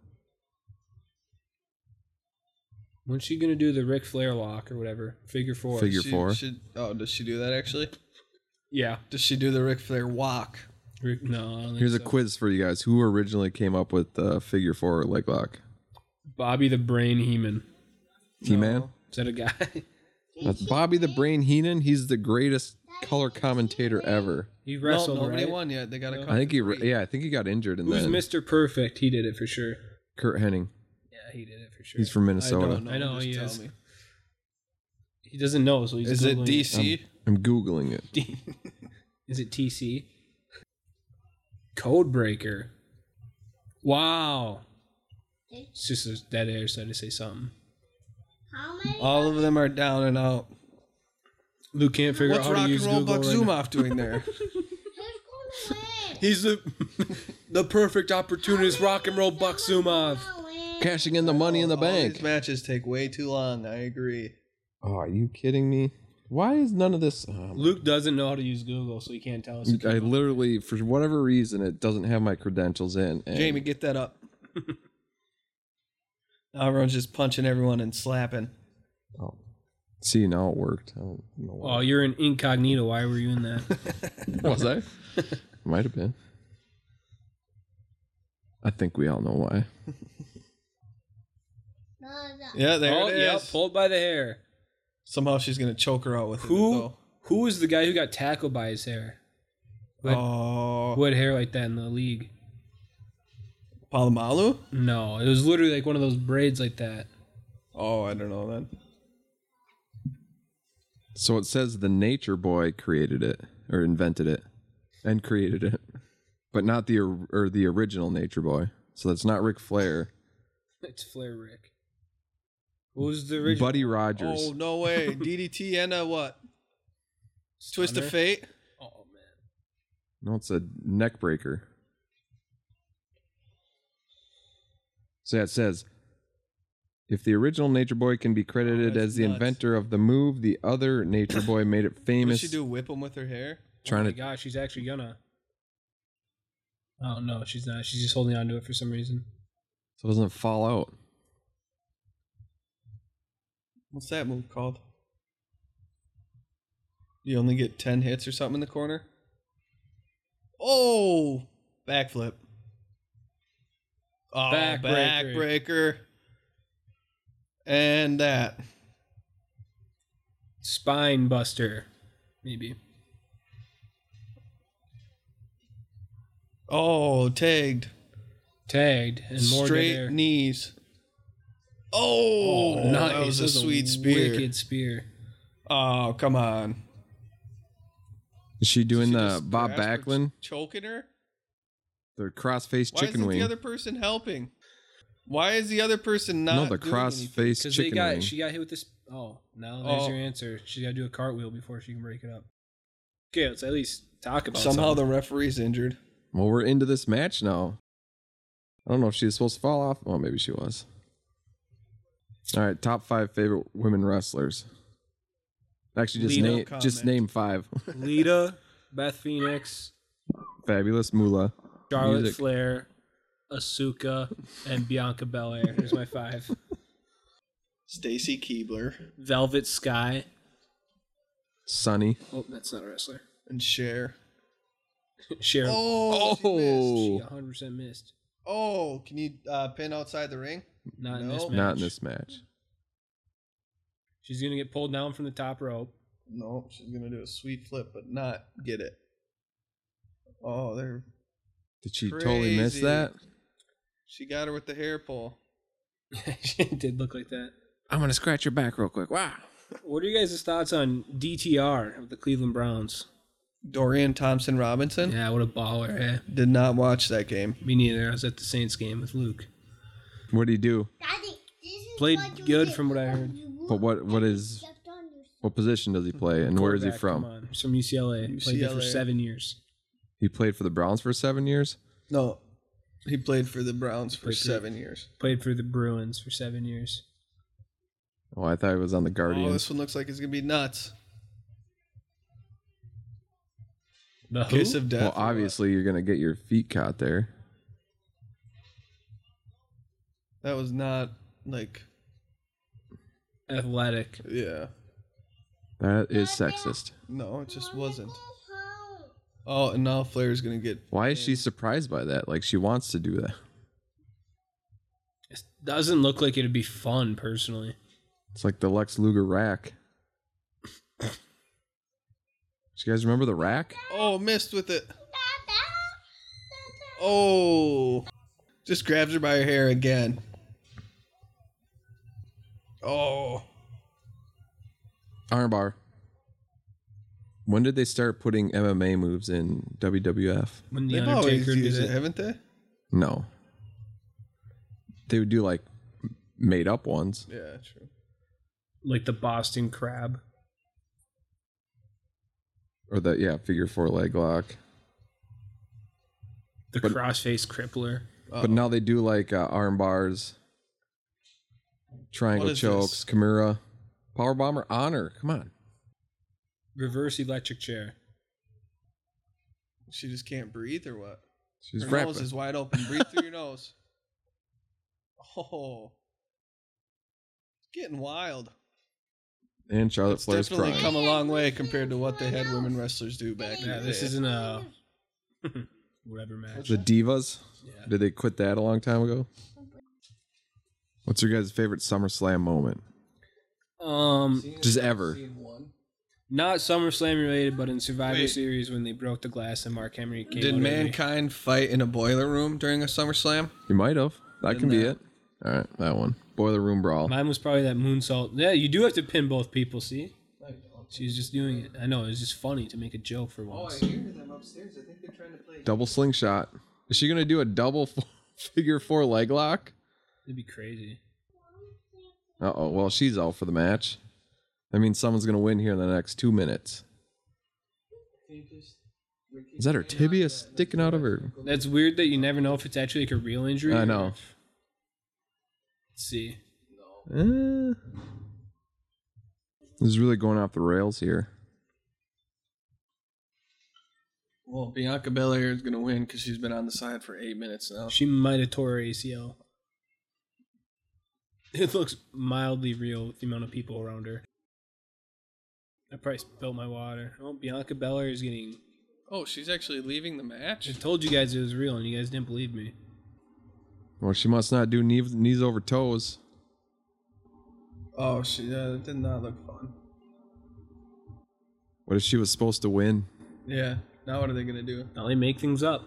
D: When's she going to do the Ric Flair walk or whatever? Figure four.
A: Figure- You're
E: She-
A: four.
E: she- oh, does she do that actually?
D: yeah.
E: Does she do the Ric Flair walk?
D: Ric- no. I don't think
A: Here's a
D: so.
A: quiz for you guys: Who originally came up with the figure four leg lock?
D: Bobby the Brain Heeman.
A: T Man.
D: Is that a guy?
A: That's Bobby the Brain Heenan. He's the greatest color commentator ever.
D: he
E: No,
D: wrestled,
E: nobody
D: right?
E: won yet. They got to
A: I think he, re- yeah, I think he got injured, and
D: Who's
A: then
D: Mr. Perfect? He did it for sure.
A: Kurt Henning.
D: Yeah, he did it for sure.
A: He's from
E: I don't
A: Minnesota.
E: know.
D: I know
E: Just
D: he
E: tell
D: is.
E: me.
D: He doesn't know, so he's
E: Is it
D: Googling
E: DC?
D: um,
A: I'm googling it.
D: D- is it TC? Codebreaker. Wow. It's just a dead air, so I had to say something.
F: How many?
D: Uh,
E: All of them are down and out.
D: Luke can't figure
E: What's
D: out how
E: Rock
D: to
E: and
D: use
E: Roll
D: Google.
E: Buck
D: right now.
E: Zumoff doing there?
F: Who's gonna win?
D: He's the the perfect opportunist rock and roll Buck Zumov.
F: Who's gonna win?
A: Cashing in the money in the
E: These
A: bank.
E: matches take way too long. I agree.
A: Oh, are you kidding me? Why is none of this? Um,
D: Luke doesn't know how to use Google, so he can't tell us.
A: I literally, for whatever reason, it doesn't have my credentials in. and-
E: Jamie, get that up. Now everyone's just punching everyone and slapping.
A: Oh. See, now it worked. I don't know why.
D: Oh, you're in incognito. Why were you in that?
A: Was I? Might have been. I think we all know why.
F: No, no.
E: Yeah, there
D: oh,
E: it
D: yeah,
E: is.
D: pulled by the hair.
E: Somehow she's gonna choke her out with it.
D: Who
E: Though.
D: who is the guy who got tackled by his hair? Who had,
E: Oh,
D: who had hair like that in the league?
E: Palomalu?
D: No, it was literally like one of those braids like that.
E: Oh, I don't know then.
A: So it says the nature boy created it or invented it and created it, but not the or or the original nature boy. So that's not Ric Flair,
D: It's Flair Rick. Who was the original?
A: Buddy Rogers.
E: Oh no way! DDT and a what? Twist of
D: Stunner?
E: Fate.
D: Oh man,
A: No, it's a neck breaker. So yeah, it says if the original Nature Boy can be credited
E: that's
A: as the
E: nuts.
A: inventor of the move, the other Nature Boy made it
E: Did
A: famous.
E: she do whip him with her hair?
A: Trying
D: oh my
A: to
D: gosh, she's actually gonna. Oh no, she's not. She's just holding on to it for some reason.
A: so it doesn't fall out.
E: What's that move called? You only get ten hits or something in the corner. Oh, backflip. Oh,
D: Backbreaker.
E: backbreaker. And that.
D: Spine Buster, maybe.
E: Oh, tagged.
D: Tagged and more
E: Straight
D: dead air.
E: knees. Oh, that
D: nice.
E: was a
D: That's
E: sweet spear.
D: Wicked spear.
E: Oh, come on.
A: Is she doing
E: She
A: the
E: just
A: Bob
E: grasped her,
A: Backlund,
E: choking her.
A: the cross-faced
E: Why
A: chicken
E: isn't
A: wing?
E: the other person helping? Why is the other person not?
A: no, the
E: doing anything?
A: cross-faced
D: Because they
A: chicken
D: got
A: wing.
D: she got hit with this. Oh, now there's
E: Oh.
D: your answer. She got to do a cartwheel before she can break it up. Okay, let's at least talk about
E: Somehow
D: something.
E: the referee's injured.
A: well, we're into this match now. I don't know if she was supposed to fall off. Well, maybe she was. All right, top five favorite women wrestlers. Actually, just
D: Lita,
A: name just
E: comment.
A: name five.
D: Lita, Beth Phoenix,
A: Fabulous Moolah.
D: Charlotte
A: Music.
D: Flair, Asuka, and Bianca Belair. Here's my five:
E: Stacy Keebler
D: Velvet Sky.
A: Sunny.
D: Oh, that's not a wrestler.
E: and Cher.
D: Sharon.
E: Oh, she missed.
D: She 100 percent missed.
E: oh! Can you uh, pin outside the ring?
D: Not in this
E: No.
D: match.
A: Not in this match.
D: She's gonna get pulled down from the top rope.
E: No, she's gonna do a sweet flip, but not get it. Oh, there.
A: Did she totally miss
E: Crazy.
A: that?
E: She got her with the hair pull.
D: she did look like that.
A: I'm gonna scratch your back real quick. Wow.
D: What are you guys' thoughts on DTR of the Cleveland Browns?
E: Dorian Thompson Robinson
D: Yeah, what a baller, eh?
E: did not watch that game.
D: Me neither. I was at the Saints game with Luke.
A: What do you do?
F: Daddy, this is
D: Played
F: what you
D: good
F: did.
D: from what I heard.
F: You
A: But what what is
F: stepped on your-
A: what position does he play and where is he
D: Quarterback, come
A: from?
D: on. He's from UCLA. Played there for
E: UCLA.
D: seven years.
A: He played for the Browns for seven years.
E: No, he played for the Browns for
D: Played for-
E: seven years.
D: Played for the Bruins for seven years.
A: Oh, I thought he was on the
E: Oh,
A: Guardians.
E: this one looks like it's gonna be nuts.
D: The who?
E: Kiss of death.
A: well,
E: or what?
A: obviously you're gonna get your feet caught there.
E: that was not like
D: Athletic.
E: yeah.
A: That is sexist.
E: No, it just
F: I wanna
E: wasn't.
F: go home.
E: Oh, and now Flair's gonna get
A: Why is she surprised by that? Like she wants to do that.
D: It doesn't look like it'd be fun, personally.
A: It's like the Lex Luger rack. Do you guys remember the rack?
E: Oh, missed with it.
F: Dada, dada.
E: Oh. Just grabs her by her hair again. Oh.
A: Armbar. When did they start putting MMA moves in WWF?
D: When the
E: They've always
D: Undertaker did
E: used
D: it.
E: it, haven't they?
A: No. They would do like made up ones.
E: Yeah, true.
D: like the Boston Crab.
A: Or the yeah, figure four leg lock.
D: The
A: But-
D: crossface crippler.
A: But now they do like uh, arm bars, triangle
E: What is
A: chokes,
E: this?
A: Kimura, power bomber, honor. Come on.
D: Reverse electric chair.
E: She just can't breathe or what?
A: She's
E: Her
A: rapping.
E: nose is wide open. Breathe through your nose. Oh. It's getting wild.
A: and Charlotte
E: It's
A: Flair's
E: definitely
A: pride.
E: come a long way compared to what they had women wrestlers do back
D: Yeah,
E: in the
D: this
E: day.
D: isn't a whatever match.
A: The divas.
D: Yeah.
A: Did they quit that a long time ago? What's your guys' favorite SummerSlam moment?
D: Um,
A: Just ever.
D: not SummerSlam related, but in Survivor
E: Wait.
D: Series when they broke the glass and Mark Henry came.
E: Did
D: out
E: mankind fight in a boiler room during a SummerSlam?
A: You might have. That can be
E: that-
A: it. All right, that one. Boiler room brawl.
D: early. Mine was probably that moonsault. Yeah, you do have to pin both people. See, she's just doing it. I know it was just funny to make a joke for
E: Oh,
D: once.
A: double slingshot. Is she gonna do a double four, figure four leg lock?
D: It'd be crazy.
A: Uh oh. Well, she's out for the match. That means someone's gonna win here in the next two minutes. Is that her tibia sticking out of her?
D: That's weird that you never know if it's actually like a real injury.
A: I
D: or-
A: know.
D: Let's see,
A: Eh. This is really going off the rails here.
E: Well, Bianca Belair is going to win because she's been on the side for eight minutes now.
D: she might have tore her ACL. It looks mildly real with the amount of people around her. I probably spilled my water. Oh, Bianca Belair is getting
E: Oh, she's actually leaving the match?
D: I told you guys it was real, and you guys didn't believe me.
A: Well, she must not do knee, knees over toes.
E: Oh, she uh, it did not look fun.
A: What if she was supposed to win?
E: Yeah. Now what are they going to do?
D: Now they make things up.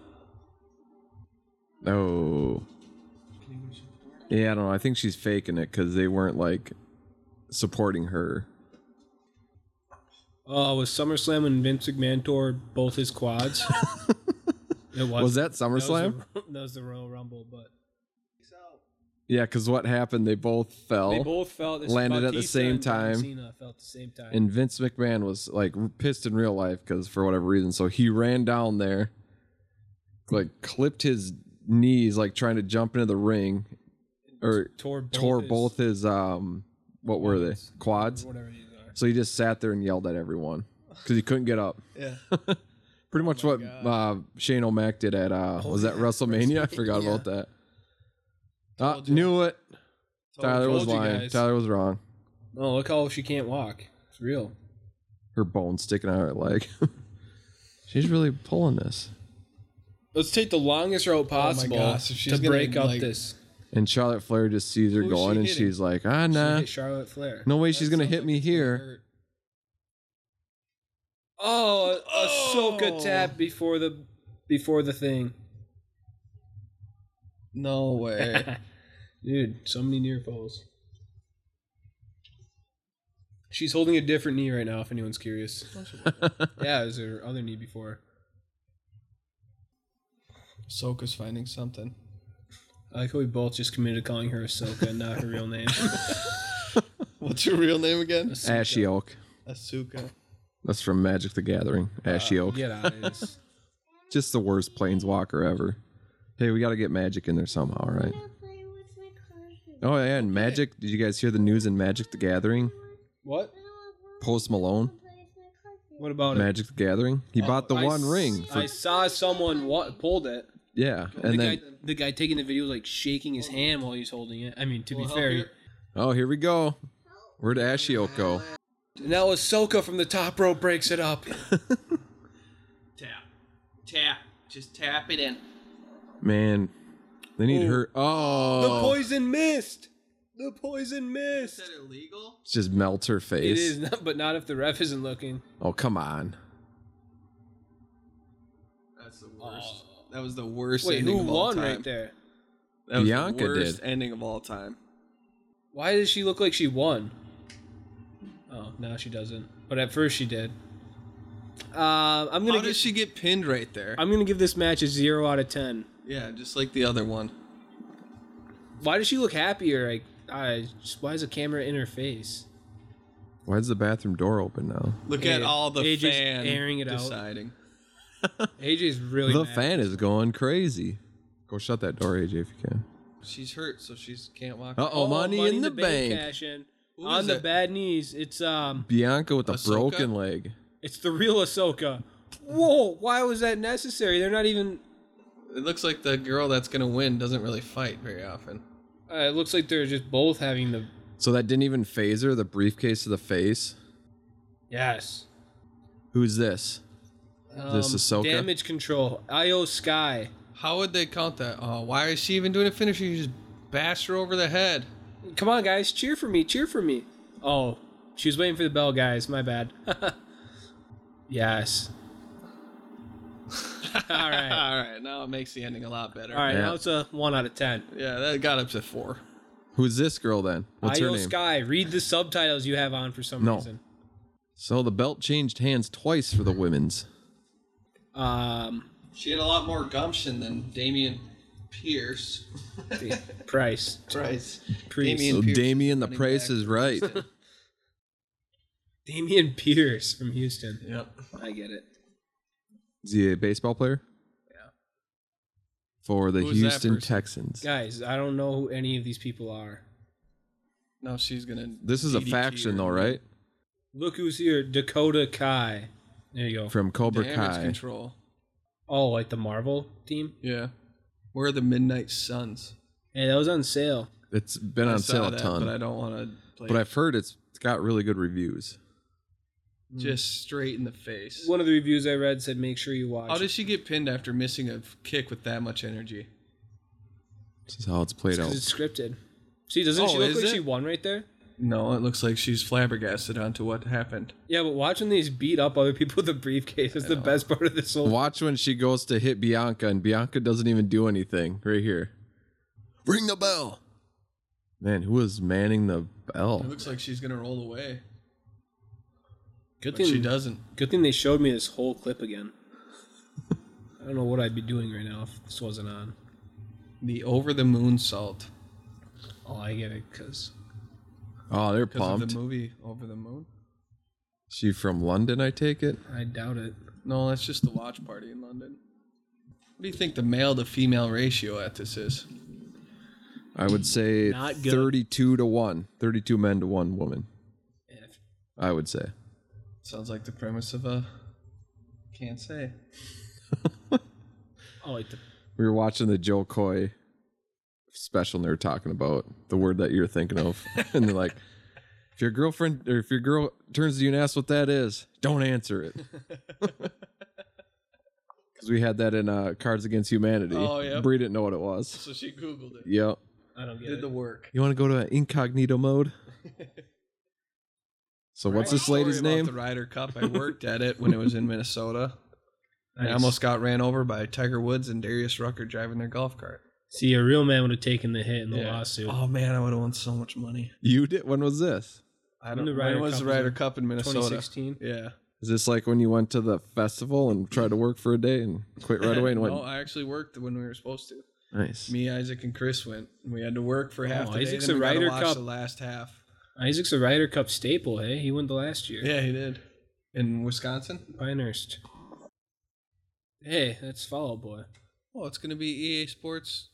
A: Oh. Yeah, I don't know. I think she's faking it because they weren't like supporting her.
D: Oh, was SummerSlam when Vince McMahon tore both his quads? it was.
A: Was that
D: that was the-
A: SummerSlam?
D: that was the Royal Rumble, but
A: Yeah, because what happened? They both fell.
D: they both felt this
A: landed at the
D: Bautista
A: same
D: and John
A: time.
D: Cena felt the same time.
A: and Vince McMahon was like pissed in real life because for whatever reason. So he ran down there, like clipped his knees, like trying to jump into the ring, or
D: tore both
A: tore
D: his-
A: both his um, what were they? Quads.
D: whatever uh, these are.
A: So he just sat there and yelled at everyone because he couldn't get up.
E: Yeah. Oh
A: Pretty much what uh, Shane O'Mac did at uh, was that WrestleMania? I forgot about that. Ah,
E: Told you.
A: knew it. Tyler was
E: told you
A: lying.
E: guys.
A: Tyler was wrong.
D: Oh, look how she can't walk. It's real.
A: Her bone sticking out her leg. She's really pulling this.
D: Let's take the longest road possible
E: Oh gosh, if she's
D: to
E: gonna,
D: break up
E: like-
D: this.
A: And Charlotte Flair just sees her
E: Who's
A: going,
E: she
A: and
E: hitting?
A: she's like, ah, nah,
D: She hit Charlotte Flair.
A: no way she's gonna hit me here.
E: Hurt.
D: Oh, a Ahsoka
E: Oh.
D: tap before the before the thing.
E: No way.
D: Dude, so many near falls. She's holding a different knee right now, if anyone's curious. yeah, it was her other knee before.
E: Soka's finding something.
D: I like how we both just committed to calling her Ahsoka, not her real name.
E: What's your real name again?
A: Ashy Oak.
E: Asuka.
A: That's from Magic the Gathering.
D: Uh,
A: Ashy Oak.
D: Get out of this.
A: Just the worst planeswalker ever. Hey, we gotta get magic in there somehow, right?
F: play with my cousin.
A: Oh yeah, and Magic. Did you guys hear the news in Magic the Gathering?
D: What?
A: Post Malone,
F: Play with my cousin.
D: What Oh, about it?
A: Magic the Gathering. He bought the
D: I
A: one
D: s-
A: ring. For,
D: I saw someone wa- pulled it.
A: yeah,
D: The
A: and then
D: guy, the guy taking the video was like shaking his hand while he's holding it. I mean, to be fair,
A: oh, here we go. Where'd Ashy Oak go?
D: And now Ahsoka from the top rope breaks it up.
C: Tap. Tap. Just tap it in.
A: Man, they need her. Oh,
D: The poison mist. The poison mist.
E: illegal?
A: just melts her
D: It
A: face.
D: is, not, but not if the ref isn't looking.
A: Oh come on.
E: That's the worst. That was the worst
D: Wait,
E: ending
D: who
E: of all
D: won
E: time.
D: right there?
E: That was
A: Bianca
E: the worst
A: did.
E: ending of all time.
D: Why does she look like she won? Oh, now she doesn't. But at first she did. Uh, I'm
E: How
D: gonna
E: does
D: gi-
E: she get pinned right there?
D: I'm gonna give this match a zero out of ten.
E: yeah, just like the other one.
D: Why does she look happier? Like, I just- why is the camera in her face?
A: Why's the bathroom door open now?
E: Look
D: Yeah,
E: at all the
D: AJ's
E: fan
D: airing it out.
E: deciding.
D: AJ's really
A: the
D: mad.
A: fan is going crazy. Go shut that door, AJ, if you can.
E: She's hurt, so she can't walk.
A: Uh oh, money, in the, bank.
D: cash in.
E: Who
D: On
E: is
D: the
E: it?
D: bad knees, it's um,
A: Bianca with a
E: Ahsoka?
A: broken leg.
D: it's the real Ahsoka. Whoa! Why was that necessary? They're not even.
E: It looks like the girl that's gonna win doesn't really fight very often.
D: Uh, it looks like they're just both having the
A: So that didn't even phase her, the briefcase to the face.
D: yes.
A: Who's this?
D: Um,
A: this Ahsoka?
D: Damage control. Io Sky.
E: How would they count that? Oh, why is she even doing a finisher? You just bash her over the head.
D: Come on, guys, cheer for me! Cheer for me! Oh, she was waiting for the bell, guys. My bad. yes. All right.
E: All right, now it makes the ending a lot better.
D: All right,
A: Yeah.
D: now it's a one out of ten.
E: Yeah, that got up to four.
A: Who's this girl then? What's her
D: Io
A: name?
D: Sky, read the subtitles you have on for some
A: No.
D: reason.
A: So the belt changed hands twice for the women's.
D: Um,
E: She had a lot more gumption than Damien Pierce.
D: Price,
E: Price.
D: Priest,
E: Damien-
A: So
E: Pierce is
A: Damien, the
E: running
A: price
E: back.
A: is right.
D: Damian Pierce from Houston.
E: Yep.
D: I get it.
A: is he a baseball player? Yeah. For the
E: Who's that
A: Houston
E: person?
A: Texans.
D: Guys, I don't know who any of these people are.
E: Now she's gonna.
A: This is a
E: DDT
A: faction
E: her.
A: though, right?
D: Look who's here, Dakota Kai. There you go.
A: From Cobra
E: Damage
A: Kai.
E: control.
D: oh, like the Marvel team.
E: Yeah. Where are the Midnight Suns?
D: Hey, that was on sale.
A: It's been on
E: saw
A: sale a
E: that,
A: ton,
E: but I don't want to play.
A: but I've heard it's got really good reviews.
E: just straight in the face.
D: One of the reviews I read said, "Make sure you watch."
E: How
D: it."
E: does she get pinned after missing a kick with that much energy?
A: This is how it's played
D: It's 'cause
A: out.
D: it's scripted. See, doesn't she
E: Oh,
D: look
E: is
D: like she
E: it?
D: won right there?
E: No, it looks like she's flabbergasted onto what happened.
D: Yeah, but watching these beat up other people with a briefcase is the best part of this whole.
A: Watch when she goes to hit Bianca and Bianca doesn't even do anything right here. Ring the bell. Man, who was manning the
E: It
A: bell?
E: looks like she's gonna roll away,
D: Good
E: but
D: thing
E: she doesn't.
D: Good thing they showed me this whole clip again. I don't know what I'd be doing right now if this wasn't on.
E: The over the moon salt
D: Oh, I get it, cause
A: Oh, they're
E: because of
A: pumped.
E: the movie Over the Moon.
A: She from London, I take it.
D: I doubt it.
E: No, that's just the watch party in London. What do you think the male to female ratio at this is?
A: I would say
D: Not good.
A: 32 to 1. 32 men to 1 woman,
D: And if-
A: I would say.
E: Sounds like the premise of a. Can't say.
D: Oh, like the
A: We were watching the Joe Coy special and they were talking about the word that you're thinking of. and they're like, if your girlfriend or if your girl turns to you and asks what that is, don't answer it. Because we had that in uh, Cards Against Humanity.
E: Oh, yeah.
A: Bree didn't know what it was.
E: So she googled it.
A: Yep.
D: I don't get
E: Did
D: it.
E: the work.
A: You want to go to incognito mode? So what's this
E: Story
A: lady's
E: about
A: name?
E: The Ryder Cup. I worked at it when it was in Minnesota. I
D: Nice.
E: almost got ran over by Tiger Woods and Darius Rucker driving their golf cart.
D: see a real man would have taken the hit in the
E: Yeah.
D: lawsuit.
E: Oh man, I would have won so much money.
A: You did. When was this?
E: I
D: When
E: don't.
D: the
E: know.
D: Ryder
E: When was
D: Cup
E: the
D: was
E: Ryder
D: in
E: Cup in Minnesota?
D: 2016.
E: Yeah.
A: Is this like when you went to the festival and tried to work for a day and quit right away and went?
E: no, I actually worked when we were supposed to.
A: nice.
E: Me, Isaac, and Chris went. We had to work for half
D: Oh,
E: the
D: Isaac's
E: day.
D: a
E: then we got to
D: Ryder
E: watch
D: Cup-
E: The last half.
D: Isaac's a Ryder Cup staple. Hey, he won the last year.
E: Yeah, he did. In Wisconsin.
D: Pinehurst. Hey, that's Follow Boy.
E: Oh, it's gonna be EA Sports.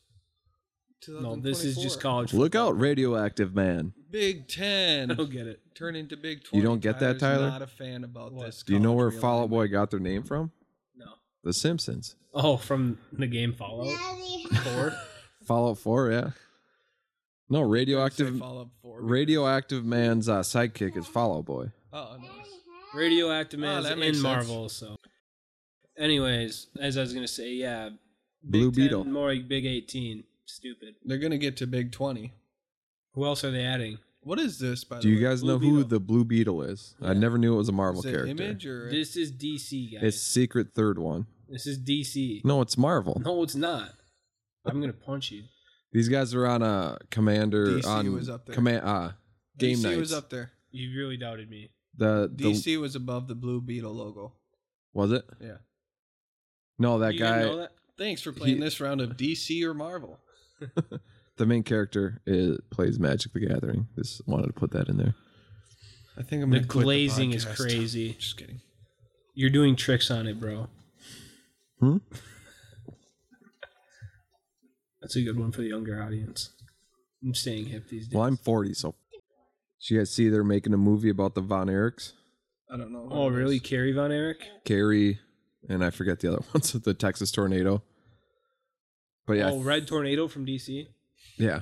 D: No, this is just
E: 2024.
D: college.
A: Look out, radioactive man.
E: Big
D: I don't
E: Ten.
D: get it.
E: Turn into Big Twenty.
A: You don't get that,
E: Tyler's
A: Tyler?
E: Not a fan about
D: What?
E: this.
A: Do you know
E: college
A: where
E: realignment.
A: Fall Out Boy got their name from?
D: No.
A: The Simpsons.
D: Oh, from the game Follow.
F: Daddy,
A: Fall Out 4, yeah. No,
E: Say
A: radioactive
E: Fall Out Four.
A: radioactive man's uh, sidekick is Fall Out Boy.
E: Oh, nice.
D: Radioactive Man
E: Oh, that
D: is
E: makes
D: in
E: sense.
D: Marvel, so. Anyways, as I was gonna say, yeah,
A: Blue
D: Big 10,
A: Beetle.
D: more like Big Eighteen. Stupid.
E: They're gonna get to Big Twenty.
D: Who else are they adding?
E: What is this? By
A: Do
E: the
A: you
E: way?
A: guys
E: Blue
A: know who
E: Beetle.
A: the Blue Beetle is? I never knew it was a Marvel
E: is it
A: character.
E: Image or
D: This is DC, guys.
A: It's secret third one.
D: this is DC.
A: No, it's Marvel.
D: No, it's not. I'm gonna punch you.
A: These guys were on a commander
E: DC
A: on
E: was up there.
A: command uh, game
E: DC
A: nights.
E: was up there.
D: You really doubted me.
A: The, the
E: DC was above the Blue Beetle logo.
A: was it?
E: Yeah.
A: No, that
D: you
A: guy.
D: Didn't know that?
E: Thanks for playing
A: He-
E: this round of DC or Marvel.
A: The main character is, plays Magic the Gathering. Just wanted to put that in there.
E: I think I'm
D: The
E: gonna quit
D: glazing is
E: podcast.
D: crazy.
E: Just kidding.
D: You're doing tricks on it, bro.
A: Hmm?
D: That's a good one for the younger audience. I'm staying hip these days.
A: Well, I'm 40, so. Did you guys see they're making a movie about the Von Erichs?
E: I don't know.
D: oh, really? Carrie Von Erich?
A: Gary, and I forget the other ones, the Texas tornado. But yeah, I
D: Oh,
A: th-
D: Red Tornado from DC.
A: yeah,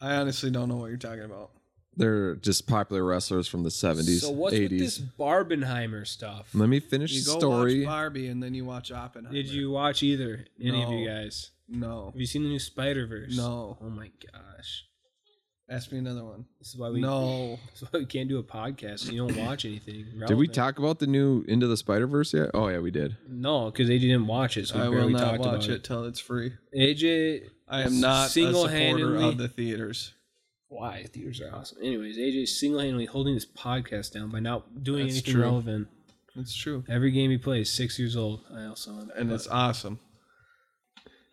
E: I honestly don't know what you're talking about.
A: they're just popular wrestlers from the 70s,
D: So what's
A: 80s.
D: with this Barbenheimer stuff?
A: Let me finish
E: You
A: the
E: go
A: story.
E: watch Barbie and then you watch Oppenheimer.
D: Did you watch either? Any of you
E: No.
D: guys?
E: No.
D: Have you seen the new Spider Verse?
E: No.
D: Oh my gosh.
E: Ask me another one.
D: This is why we
E: No.
D: This is why we can't do a podcast. You don't watch anything.
A: Did we
D: relevant.
A: talk about the new Into the Spider Verse yet? Oh yeah, we did.
D: No, because AJ didn't watch it, so we
E: I will
D: barely
E: not
D: talked
E: watch
D: about
E: it till it's free.
D: it. AJ,
E: I am not a supporter
D: Single-handedly-
E: of the theaters.
D: why theaters are awesome. Anyways, AJ is single-handedly holding this podcast down by not doing
E: That's
D: anything
E: true.
D: relevant.
E: It's true.
D: Every game he plays, six years old. I also am.
E: And it's awesome.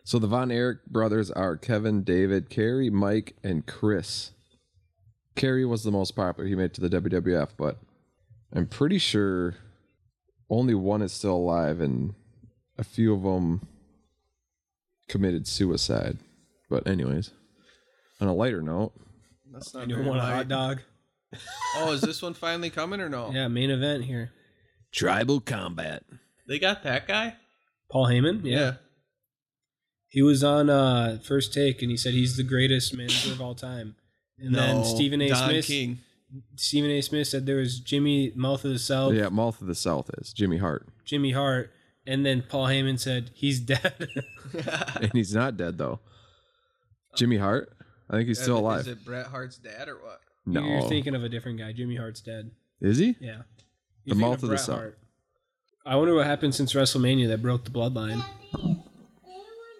A: So the Von Erich brothers are Kevin, David, Carrie, Mike, and Chris. Carrie was the most popular. He made it to the WWF, but I'm pretty sure only one is still alive, and a few of them committed suicide. But anyways, on a lighter note,
E: That's not
D: you
E: very
D: don't want a hot
E: light.
D: dog?
E: Oh, is this one finally coming or no?
D: Yeah, main event here.
A: tribal combat.
C: They got that guy?
D: Paul Heyman.
E: Yeah.
D: He was on uh, first take, and he said he's the greatest manager of all time. And then Stephen A.
E: Don
D: Smith.
E: King.
D: Stephen A. Smith said there was Jimmy Mouth of the South,
A: Yeah, Mouth of the South is Jimmy Hart,
D: Jimmy Hart, and then Paul Heyman said he's dead.
A: and he's not dead though. Jimmy Hart, I think he's still
E: Is
A: alive.
E: it Bret Hart's dad or what?
A: No,
D: You're thinking of a different guy. Jimmy Hart's dead.
A: is he?
D: Yeah.
A: The
D: You're thinking
A: mouth of the
D: Bret
A: South.
D: Hart. I wonder what happened since WrestleMania that broke the bloodline.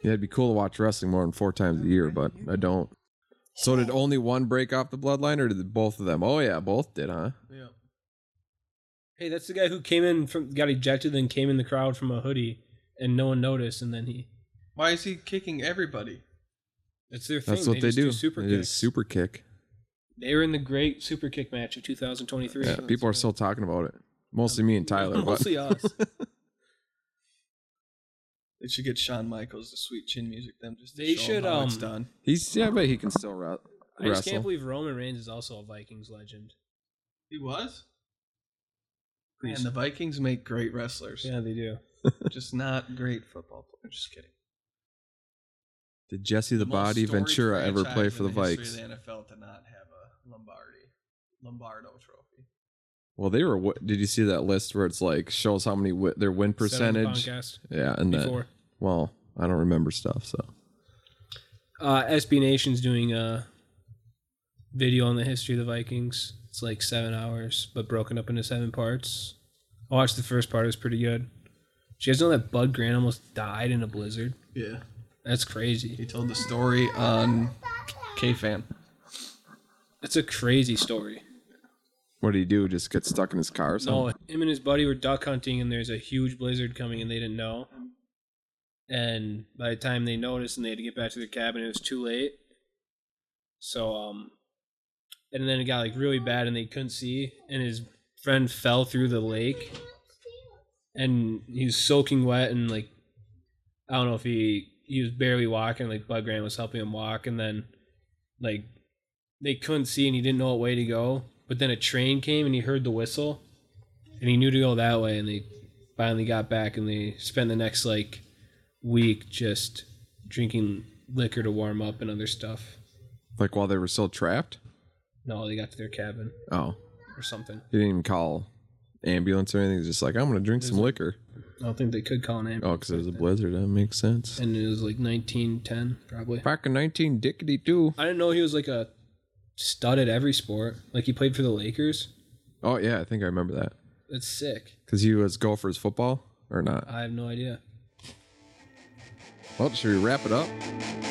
A: Yeah, it'd be cool to watch wrestling more than four times a year, but I don't. So did only one break off the bloodline, or did both of them? Oh yeah, both did, huh?
E: Yeah.
D: Hey, that's the guy who came in from got ejected, then came in the crowd from a hoodie, and no one noticed, and then he.
E: Why is he kicking everybody?
D: It's their thing.
A: That's what they,
D: just
A: do.
D: super
A: They
D: kicks.
A: do super kick.
D: They were in the great super kick match of 2023.
A: Yeah, people are still talking about it. Mostly me and Tyler. But
D: Mostly us.
E: They should get Shawn Michaels the sweet chin music them just to
D: They
E: show
D: should,
E: how it's
D: um,
E: done.
A: he's yeah, but he can still ru-
D: I just can't
A: wrestle.
D: believe Roman Reigns is also a Vikings legend.
E: He was? Man,
D: Who's-
E: the Vikings make great wrestlers.
D: Yeah, they do.
E: Just not great football players. Just kidding.
A: Did Jesse the,
E: most
A: Body
E: storied
A: Ventura ever play
E: franchise
A: for the
E: in history
A: Vikes?
E: of the NFL to not have a Lombardi Lombardo trophy.
A: Well, they were. wi- Did you see that list where it's like shows how many wi- their win
D: Said on the
A: percentage?
D: podcast
A: Yeah, and then
D: Before.
A: well, I don't remember stuff. So
D: Uh, SB Nation's doing a video on the history of the Vikings. It's like seven hours, but broken up into seven parts. I watched the first part; it was pretty good. Did you guys know that Bud Grant almost died in a blizzard?
E: Yeah.
D: That's crazy.
E: He told the story on K Fan.
D: That's a crazy story.
A: what did he do? Just get stuck in his car or something?
D: No, him and his buddy were duck hunting, and there's a huge blizzard coming, and they didn't know. And by the time they noticed, and they had to get back to their cabin, it was too late. So, um, and then it got like really bad, and they couldn't see, and his friend fell through the lake, and he was soaking wet, and like, I don't know if he he was barely walking. Like Bud Grant was helping him walk, and then like they couldn't see, and he didn't know what way to go. But then a train came, and he heard the whistle and he knew to go that way and they finally got back and they spent the next like week just drinking liquor to warm up and other stuff
A: Like while they were still trapped?
D: no they got to their cabin
A: Oh.
D: or something
A: He didn't even call ambulance or anything. He's just like, I'm gonna drink some liquor.
D: i don't think they could call an
A: Oh,
D: ambulance
A: because it was a blizzard. That makes sense.
D: and it was like 1910 probably
A: Back in 19 dickety two.
D: i didn't know he was like a stud at every sport like he played for the lakers
A: Oh yeah, I think I remember that.
D: that's sick
A: Cause he was Gophers football or not.
D: i have no idea
A: Well, should we wrap it up?